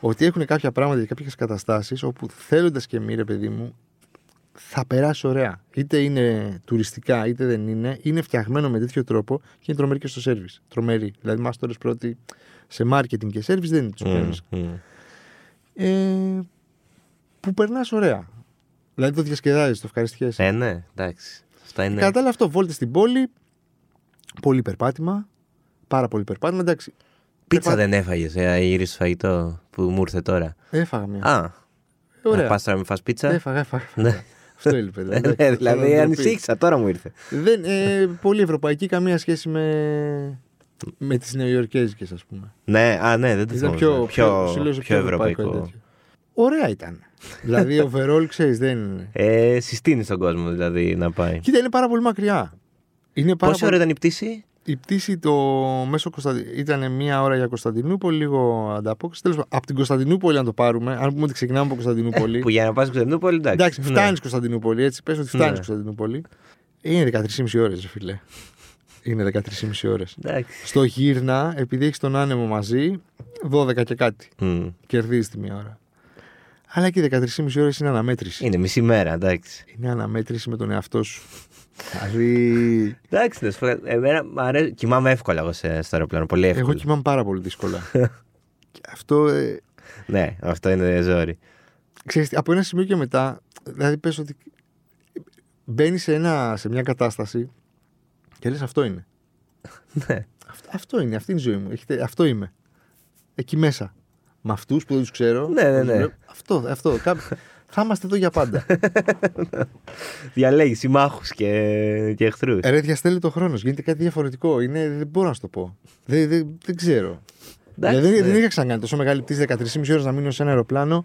Speaker 2: Ότι έχουν κάποια πράγματα και κάποιες καταστάσεις όπου θέλοντας και μη, ρε παιδί μου, θα περάσει ωραία. Είτε είναι τουριστικά, είτε δεν είναι. Είναι φτιαγμένο με τέτοιο τρόπο και είναι τρομερή και στο σερβις. Τρομερή. Δηλαδή, μάστορε πρώτοι σε marketing και σερβις δεν είναι του mm,
Speaker 1: mm.
Speaker 2: Ε, που περνάς ωραία. Δηλαδή, το διασκεδάζεις, το ευχαριστιέσαι.
Speaker 1: Ε, ναι, εντάξει. Αυτά είναι.
Speaker 2: Κατάλληλα αυτό, βόλτες στην πόλη. Πολύ περπάτημα. Πάρα πολύ περπάτημα. Εντάξει.
Speaker 1: Πίτσα δεν έφαγες, ε, γύρισε φαγητό που μου ήρθε τώρα.
Speaker 2: Έφαγα μια. Ε,
Speaker 1: Α,
Speaker 2: ωραία.
Speaker 1: να πα να μην φας πίτσα.
Speaker 2: Έφαγα, έφαγα.
Speaker 1: Ναι.
Speaker 2: Αυτό έλειπε.
Speaker 1: Ε,
Speaker 2: δηλαδή.
Speaker 1: ναι, δηλαδή
Speaker 2: ντροπή.
Speaker 1: ανησύχησα, τώρα μου ήρθε.
Speaker 2: Δεν, ε, πολύ ευρωπαϊκή, καμία σχέση με, με τις νεοϊορκέζικες ας πούμε.
Speaker 1: Ναι, α, ναι, δεν το
Speaker 2: Ήταν
Speaker 1: θυμόμουν.
Speaker 2: πιο,
Speaker 1: πιο,
Speaker 2: σου λέω, σε
Speaker 1: πιο
Speaker 2: είναι
Speaker 1: ευρωπαϊκό.
Speaker 2: τέτοιο. Ωραία ήταν. δηλαδή overall ξέρεις δεν είναι.
Speaker 1: Ε, συστήνει τον κόσμο δηλαδή να πάει.
Speaker 2: Κοίτα είναι πάρα πολύ μακριά. Είναι πάρα
Speaker 1: Πόση
Speaker 2: πολύ-
Speaker 1: ώρα ήταν η πτήση,
Speaker 2: Η πτήση το μέσο Κωνσταντινούπολη ήταν μία ώρα για Κωνσταντινούπολη, λίγο ανταπόκριση. Τέλος πάντων, από την Κωνσταντινούπολη, αν το πάρουμε, αν πούμε ότι ξεκινάμε από Κωνσταντινούπολη.
Speaker 1: Ε, που για να πας Κωνσταντινούπολη, εντάξει.
Speaker 2: Εντάξει,
Speaker 1: ναι.
Speaker 2: φτάνεις Κωνσταντινούπολη, έτσι. Πες ότι φτάνεις
Speaker 1: Ναι.
Speaker 2: Κωνσταντινούπολη. Είναι 13,5 ώρε, φίλε. Είναι 13,5 ώρες.
Speaker 1: Εντάξει.
Speaker 2: Στο γύρνα, επειδή έχεις τον άνεμο μαζί, 12 και κάτι.
Speaker 1: Μμ.
Speaker 2: Κερδίζεις τη μία ώρα. Αλλά και οι 13,5 ώρες είναι αναμέτρηση.
Speaker 1: Είναι μισή μέρα, εντάξει.
Speaker 2: Είναι αναμέτρηση με τον εαυτό σου. δηλαδή.
Speaker 1: Εντάξει, να σου πω κάτι. Εμένα μ' αρέσει. Κοιμάμαι εύκολα εγώ σε, στο αεροπλάνο. Πολύ εύκολα.
Speaker 2: Εγώ κοιμάμαι πάρα πολύ δύσκολα. και αυτό. ε,
Speaker 1: Ναι, αυτό είναι ζόρι.
Speaker 2: ξέρεις, τι, από ένα σημείο και μετά, δηλαδή πες ότι μπαίνεις σε, ένα, σε μια κατάσταση και λες αυτό είναι.
Speaker 1: Ναι.
Speaker 2: Αυτό, αυτό είναι, αυτή είναι η ζωή μου. Έχετε, αυτό είμαι. Εκεί μέσα. Με αυτούς που δεν τους ξέρω.
Speaker 1: Ναι, ναι,
Speaker 2: δεν τους
Speaker 1: ναι.
Speaker 2: βλέπω. Αυτό, αυτό. Κά... θα είμαστε εδώ για πάντα.
Speaker 1: Διαλέγεις συμμάχους και, και εχθρούς.
Speaker 2: Ε, Ρε, διαστέλλεται ο χρόνος. Γίνεται κάτι διαφορετικό. Είναι, δεν μπορώ να σου το πω. Δεν, δεν, δεν ξέρω.
Speaker 1: Εντάξει,
Speaker 2: Δηλαδή,
Speaker 1: ναι.
Speaker 2: δεν είχα ξανακάνει τόσο μεγάλη πτήση 13,5 ώρες να μείνω σε ένα αεροπλάνο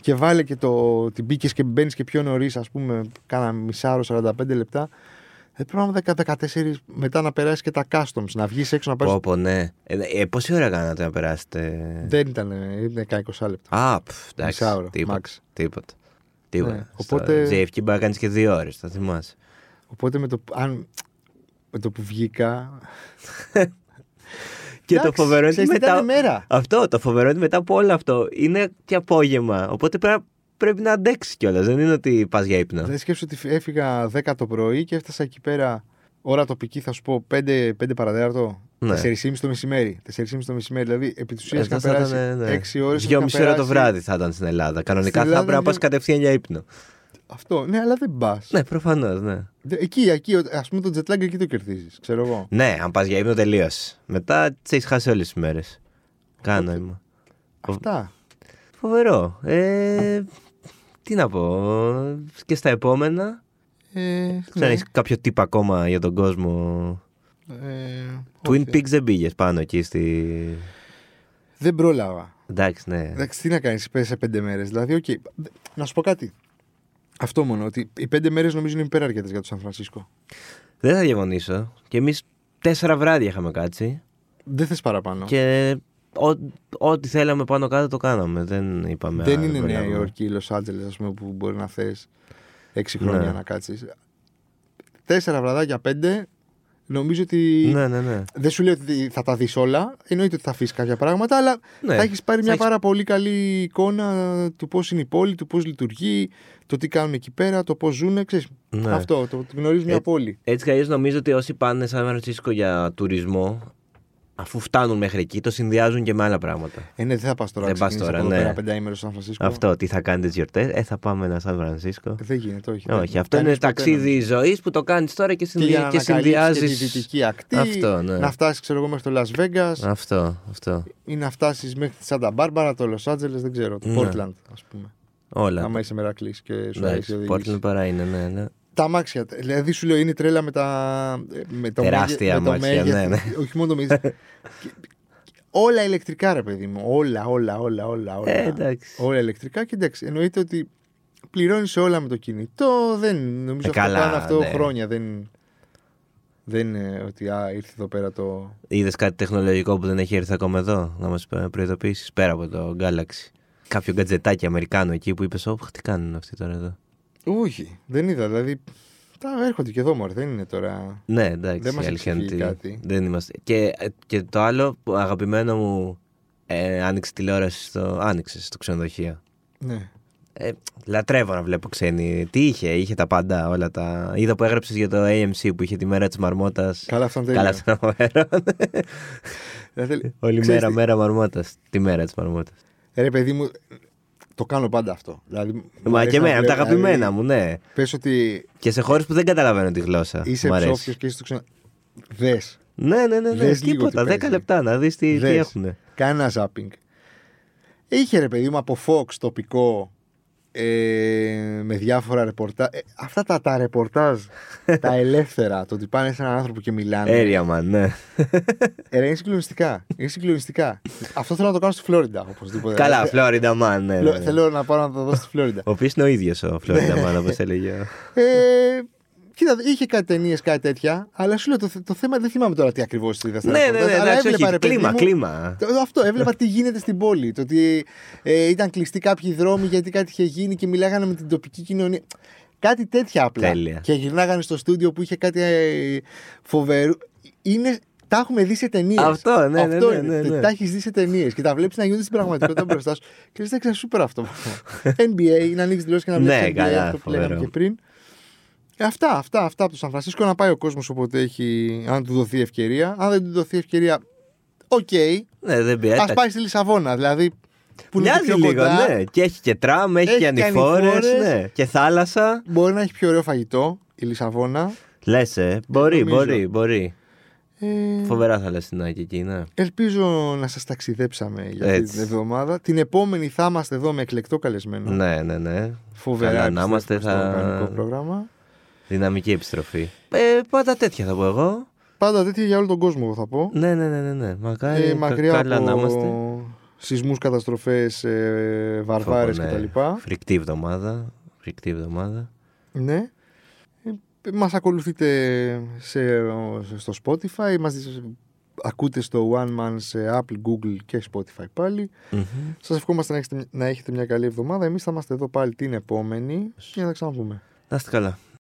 Speaker 2: και βάλε και το, την μπήκες και μπαίνεις και πιο νωρίς, ας πούμε, κάνα μισάρο 45 λεπτά. Δεν πρέπει να είμαι 14 μετά να περάσει και τα customs, να βγεις έξω να πάρεις.
Speaker 1: Πω, πω, ναι. Ε, ε, πόση ώρα κάνατε να περάσετε.
Speaker 2: Δεν ήταν, ε, ήταν κάνα 20 λεπτά.
Speaker 1: Α, πφ, εντάξει.
Speaker 2: Μισάωρο,
Speaker 1: τίποτα,
Speaker 2: max.
Speaker 1: τίποτα. Τίποτα.
Speaker 2: Ναι,
Speaker 1: Στα
Speaker 2: οπότε-
Speaker 1: JFK μπορεί να κάνεις και δύο ώρες, θα θυμάσαι.
Speaker 2: Οπότε με το, που- αν, με το που βγήκα.
Speaker 1: Και
Speaker 2: εντάξει,
Speaker 1: το φοβερό είναι
Speaker 2: ξέρεις
Speaker 1: ότι
Speaker 2: τι
Speaker 1: μετά.
Speaker 2: ήταν η μέρα.
Speaker 1: Αυτό, το φοβερό είναι ότι μετά από όλο αυτό είναι και απόγευμα. Οπότε πρέπει, να- πρέπει να αντέξεις κιόλας. Δεν είναι ότι πας για ύπνο.
Speaker 2: Δηλαδή σκέψου ότι έφυγα 10 το πρωί και έφτασα εκεί πέρα ώρα τοπική, θα σου πω 5, 5 παρατέταρτο.
Speaker 1: Ναι.
Speaker 2: 4,5 το μεσημέρι. 4,5 το μεσημέρι. Δηλαδή επί της ουσίας
Speaker 1: Ε,
Speaker 2: είχα
Speaker 1: θα ήταν,
Speaker 2: περάσει
Speaker 1: ναι.
Speaker 2: 6 ώρε.
Speaker 1: Δυόμιση ώρα το βράδυ θα ήταν στην Ελλάδα. Κανονικά θα
Speaker 2: Ελλάδα
Speaker 1: έπρεπε να πα
Speaker 2: δυο-
Speaker 1: κατευθείαν για ύπνο.
Speaker 2: Αυτό. Ναι, αλλά δεν πας.
Speaker 1: Ναι, προφανώς, ναι.
Speaker 2: Εκεί, εκεί, ας πούμε το jet lag εκεί το κερδίζεις. Ξέρω εγώ.
Speaker 1: Ναι, αν πας για ύπνο τελείωσε. Μετά τις έχεις χάσει όλες τις μέρες. Κάνω νόημα.
Speaker 2: Αυτά.
Speaker 1: Φοβερό. Ε, τι να πω. Και στα
Speaker 2: Ναι.
Speaker 1: επόμενα.
Speaker 2: Ε,
Speaker 1: Ξέρω,
Speaker 2: ναι.
Speaker 1: έχεις κάποιο τύπο ακόμα για τον κόσμο.
Speaker 2: Ε, όχι.
Speaker 1: Twin Peaks δεν πήγες πάνω εκεί στη.
Speaker 2: Δεν πρόλαβα.
Speaker 1: Εντάξει, ναι.
Speaker 2: Εντάξει, τι να κάνεις, πέσει σε πέντε μέρες. Δηλαδή, οκ. Δε- Να σου πω κάτι. Αυτό μόνο. Ότι οι πέντε μέρες νομίζω είναι υπεραρκετέ για το Σαν Φρανσίσκο.
Speaker 1: Δεν θα διαφωνήσω. Και εμείς τέσσερα βράδια είχαμε κάτσει.
Speaker 2: Δεν θες παραπάνω.
Speaker 1: Και ό- ό,τι θέλαμε πάνω κάτω το κάναμε. Δεν είπαμε.
Speaker 2: δεν
Speaker 1: «Α,
Speaker 2: είναι Νέα
Speaker 1: προλάβαμε».
Speaker 2: Υόρκη ή Λος Άντζελες, ας πούμε, που μπορεί να θες έξι χρόνια
Speaker 1: Ναι.
Speaker 2: να κάτσεις. Τέσσερα βραδάκια, πέντε. Νομίζω ότι.
Speaker 1: Ναι, ναι, ναι.
Speaker 2: Δεν σου λέω ότι θα τα δεις όλα. Εννοείται ότι θα αφήσεις κάποια πράγματα, αλλά
Speaker 1: Ναι,
Speaker 2: θα έχεις πάρει
Speaker 1: θα
Speaker 2: μια
Speaker 1: έχεις-
Speaker 2: πάρα πολύ καλή εικόνα του πώς είναι η πόλη, του πώς λειτουργεί, το τι κάνουν εκεί πέρα, το πώς ζουν. Ξέρεις,
Speaker 1: Ναι.
Speaker 2: Αυτό, το, το γνωρίζει μια
Speaker 1: Ε,
Speaker 2: πόλη.
Speaker 1: Έτσι κι αλλιώς νομίζω ότι όσοι πάνε σαν Φρανσίσκο για τουρισμό, αφού φτάνουν μέχρι εκεί, το συνδυάζουν και με άλλα πράγματα.
Speaker 2: Ε, ναι, δεν θα πας τώρα.
Speaker 1: Δεν
Speaker 2: Δεν
Speaker 1: πας
Speaker 2: πα
Speaker 1: τώρα,
Speaker 2: τώρα.
Speaker 1: ναι.
Speaker 2: Ναι. Πέρα πενταήμερο στο Σαν Φρανσίσκο. Ε,
Speaker 1: Αυτό, τι θα κάνετε τις γιορτές, ε, θα πάμε ένα Σαν Φρανσίσκο.
Speaker 2: Δεν γίνεται, όχι. δεν-
Speaker 1: Όχι, αυτό
Speaker 2: κανείς
Speaker 1: είναι
Speaker 2: ποτέ, ναι. νομίζω.
Speaker 1: ταξίδι ζωής που το κάνεις τώρα και,
Speaker 2: Και,
Speaker 1: συνδυ...
Speaker 2: για να
Speaker 1: και
Speaker 2: ανακαλύψεις και τη
Speaker 1: συνδυάζεις.
Speaker 2: δυτική ακτή,
Speaker 1: Αυτό, ναι.
Speaker 2: να φτάσεις, ξέρω εγώ, μέχρι το Las Vegas
Speaker 1: Αυτό, αυτό.
Speaker 2: ή να φτάσεις μέχρι τη Σάντα Μπάρμπαρα, το Los Angeles, δεν ξέρω, το
Speaker 1: Ναι.
Speaker 2: Portland, ας πούμε.
Speaker 1: Όλα.
Speaker 2: Άμα είσαι μερακλής και σου αρέσει η
Speaker 1: Εντάξει,
Speaker 2: οδήγηση.
Speaker 1: Portland παρά είναι, ναι, ναι.
Speaker 2: Τα αμάξια. Δηλαδή σου λέω είναι τρέλα με τα. Με το
Speaker 1: Τεράστια
Speaker 2: με το
Speaker 1: αμάξια,
Speaker 2: μέγεθ-
Speaker 1: ναι, ναι.
Speaker 2: Όχι μόνο το μέγεθ- και- και- Όλα ηλεκτρικά, ρε παιδί μου. Όλα, όλα, όλα, όλα. όλα.
Speaker 1: Ε, εντάξει.
Speaker 2: Όλα ηλεκτρικά και εντάξει. Εννοείται ότι πληρώνεις όλα με το κινητό. Δεν, νομίζω
Speaker 1: Ε,
Speaker 2: αυτό
Speaker 1: καλά,
Speaker 2: κάνει αυτό
Speaker 1: ναι.
Speaker 2: χρόνια. Δεν, δεν είναι ότι α, ήρθε εδώ πέρα το.
Speaker 1: Είδες κάτι τεχνολογικό που δεν έχει έρθει ακόμα εδώ, να μας προειδοποιήσεις πέρα από το Galaxy. Κάποιο γκατζετάκι Αμερικάνο εκεί που είπες, Ωχ, τι κάνουν αυτοί τώρα εδώ.
Speaker 2: Όχι, δεν είδα. Δηλαδή. Τα έρχονται και εδώ μωρέ, δεν είναι τώρα.
Speaker 1: Ναι, εντάξει.
Speaker 2: Δεν μας
Speaker 1: η αλήθεια είναι
Speaker 2: εξηγεί
Speaker 1: ότι
Speaker 2: κάτι.
Speaker 1: Δεν είμαστε. Και, ε, και το άλλο, που αγαπημένο μου, ε, άνοιξε τηλεόραση στο. Άνοιξε στο ξενοδοχείο.
Speaker 2: Ναι.
Speaker 1: Ε, λατρεύω να βλέπω ξένοι. Τι είχε, είχε τα πάντα όλα τα. Είδα που έγραψες για το AMC που είχε τη μέρα της μαρμότας.
Speaker 2: Καλά, αυτό είναι
Speaker 1: Καλά,
Speaker 2: τέλειο.
Speaker 1: στον αέρα.
Speaker 2: Δεν θέλει-
Speaker 1: Όλη
Speaker 2: Ξέρεις
Speaker 1: μέρα,
Speaker 2: τι- Ε,
Speaker 1: μέρα μαρμότας. Τη μέρα της μαρμότας.
Speaker 2: Ρε, παιδί μου, το κάνω πάντα αυτό. Δηλαδή, μου
Speaker 1: Μα
Speaker 2: αρέσει
Speaker 1: και
Speaker 2: να
Speaker 1: εμένα, από τα
Speaker 2: βλέπω,
Speaker 1: αγαπημένα
Speaker 2: δηλαδή,
Speaker 1: μου, ναι.
Speaker 2: Πες ότι
Speaker 1: Και σε χώρες που δεν καταλαβαίνω τη γλώσσα.
Speaker 2: είσαι
Speaker 1: Μ' αρέσει.
Speaker 2: ψόφιος και είσαι στο ξένο. Δες.
Speaker 1: Ναι, ναι, ναι. ναι.
Speaker 2: Δες λίγο
Speaker 1: Τίποτα.
Speaker 2: τι
Speaker 1: 10
Speaker 2: παίζεις.
Speaker 1: λεπτά να δεις τι, τι
Speaker 2: Δες.
Speaker 1: έχουν.
Speaker 2: Κάνε ένα ζάπινγκ. Είχε ρε παιδί μου από Fox τοπικό ε, με διάφορα ρεπορτάζ. Ε, αυτά τα, τα ρεπορτάζ, τα ελεύθερα, το ότι πάνε σε έναν άνθρωπο και μιλάνε.
Speaker 1: Area man, ναι.
Speaker 2: Ε, ρε, είναι συγκλονιστικά. Είναι συγκλονιστικά. Αυτό θέλω να το κάνω στη Φλόριντα οπωσδήποτε.
Speaker 1: Καλά,
Speaker 2: Ε,
Speaker 1: Florida man, ναι.
Speaker 2: θέλω-
Speaker 1: ναι.
Speaker 2: Θέλω να πάω να το δω στη Φλόριντα.
Speaker 1: Ο οποίος είναι ο ίδιος ο Florida man, όπως έλεγε. Ναι,
Speaker 2: Ε, κοίτα, είχε κάτι ταινίες, κάτι τέτοια, αλλά σου λέω το, θε- το θέμα δεν θυμάμαι τώρα τι ακριβώς είδα. στα
Speaker 1: Ναι, ναι,
Speaker 2: ρεπορτάζ,
Speaker 1: ναι,
Speaker 2: αλλά
Speaker 1: εντάξει,
Speaker 2: έβλεπα,
Speaker 1: όχι.
Speaker 2: ρε παιδί
Speaker 1: Κλίμα,
Speaker 2: μου,
Speaker 1: κλίμα.
Speaker 2: το- Αυτό, έβλεπα τι γίνεται στην πόλη. Το ότι ε, ήταν κλειστοί κάποιοι δρόμοι γιατί κάτι είχε γίνει και μιλάγανε με την τοπική κοινωνία. Κάτι τέτοια απλά.
Speaker 1: Τέλεια.
Speaker 2: Και γυρνάγανε στο στούντιο που είχε κάτι ε, φοβερό. Είναι, τα έχουμε δει σε ταινίες.
Speaker 1: Αυτό, ναι, ναι, ναι, ναι, ναι.
Speaker 2: Τα έχεις δει σε ταινίες και τα βλέπεις να γίνονται στην πραγματικότητα μπροστά σου. Και λες, εντάξει, σούπερ αυτό. NBA, να ανοίξεις τη και να βλέπει.
Speaker 1: Ναι, καλά,
Speaker 2: αυτό που λέγαμε
Speaker 1: φοβερό.
Speaker 2: και πριν. Ε, Αυτά, αυτά, αυτά από το Σαν Φρανσίσκο να πάει ο κόσμος όποτε έχει, αν του δοθεί ευκαιρία. Αν δεν του δοθεί ευκαιρία, οκ,
Speaker 1: Ναι, δεν πειράζει.
Speaker 2: Ας πάει στη Λισαβόνα, δηλαδή. Που είναι
Speaker 1: Μοιάζει
Speaker 2: πιο
Speaker 1: λίγο,
Speaker 2: κοντά,
Speaker 1: ναι. Και έχει και τραμ, έχει,
Speaker 2: Έχει
Speaker 1: και
Speaker 2: και
Speaker 1: ανηφόρες.
Speaker 2: ανηφόρες.
Speaker 1: Ναι. Και θάλασσα.
Speaker 2: Μπορεί να έχει πιο ωραίο φαγητό η Λισαβόνα.
Speaker 1: Λες, ε. Μπορεί,
Speaker 2: νομίζω.
Speaker 1: μπορεί, μπορεί.
Speaker 2: Ε,
Speaker 1: Φοβερά θαλασσινάκια εκεί, ναι.
Speaker 2: ελπίζω να σας ταξιδέψαμε για αυτή
Speaker 1: Έτσι.
Speaker 2: την εβδομάδα. Την επόμενη θα είμαστε εδώ με εκλεκτό καλεσμένο.
Speaker 1: Ναι, ναι, ναι.
Speaker 2: Φοβερά
Speaker 1: Καλά να είμαστε,
Speaker 2: επιστρέφουμε στο
Speaker 1: θα-
Speaker 2: κανονικό πρόγραμμα.
Speaker 1: Δυναμική επιστροφή. Ε, πάντα τέτοια θα πω εγώ.
Speaker 2: Πάντα τέτοια για όλο τον κόσμο, εγώ θα πω.
Speaker 1: Ναι, ναι, ναι, ναι. ναι. Μακάρι
Speaker 2: Ε,
Speaker 1: κα-
Speaker 2: μακριά
Speaker 1: καλά να είμαστε.
Speaker 2: από σεισμούς, καταστροφές, ε, βαρβάρες
Speaker 1: Φόβο, ναι.
Speaker 2: κτλ.
Speaker 1: Φρικτή εβδομάδα. Φρικτή εβδομάδα.
Speaker 2: Ναι. Ε, μας ακολουθείτε σε, στο Spotify, μας ακούτε στο One Man σε Apple, Google και Spotify πάλι.
Speaker 1: Μμμ.
Speaker 2: Σας ευχόμαστε να έχετε, να έχετε μια καλή εβδομάδα. Εμείς θα είμαστε εδώ πάλι την επόμενη για να τα ξαναπούμε.
Speaker 1: Να είστε καλά.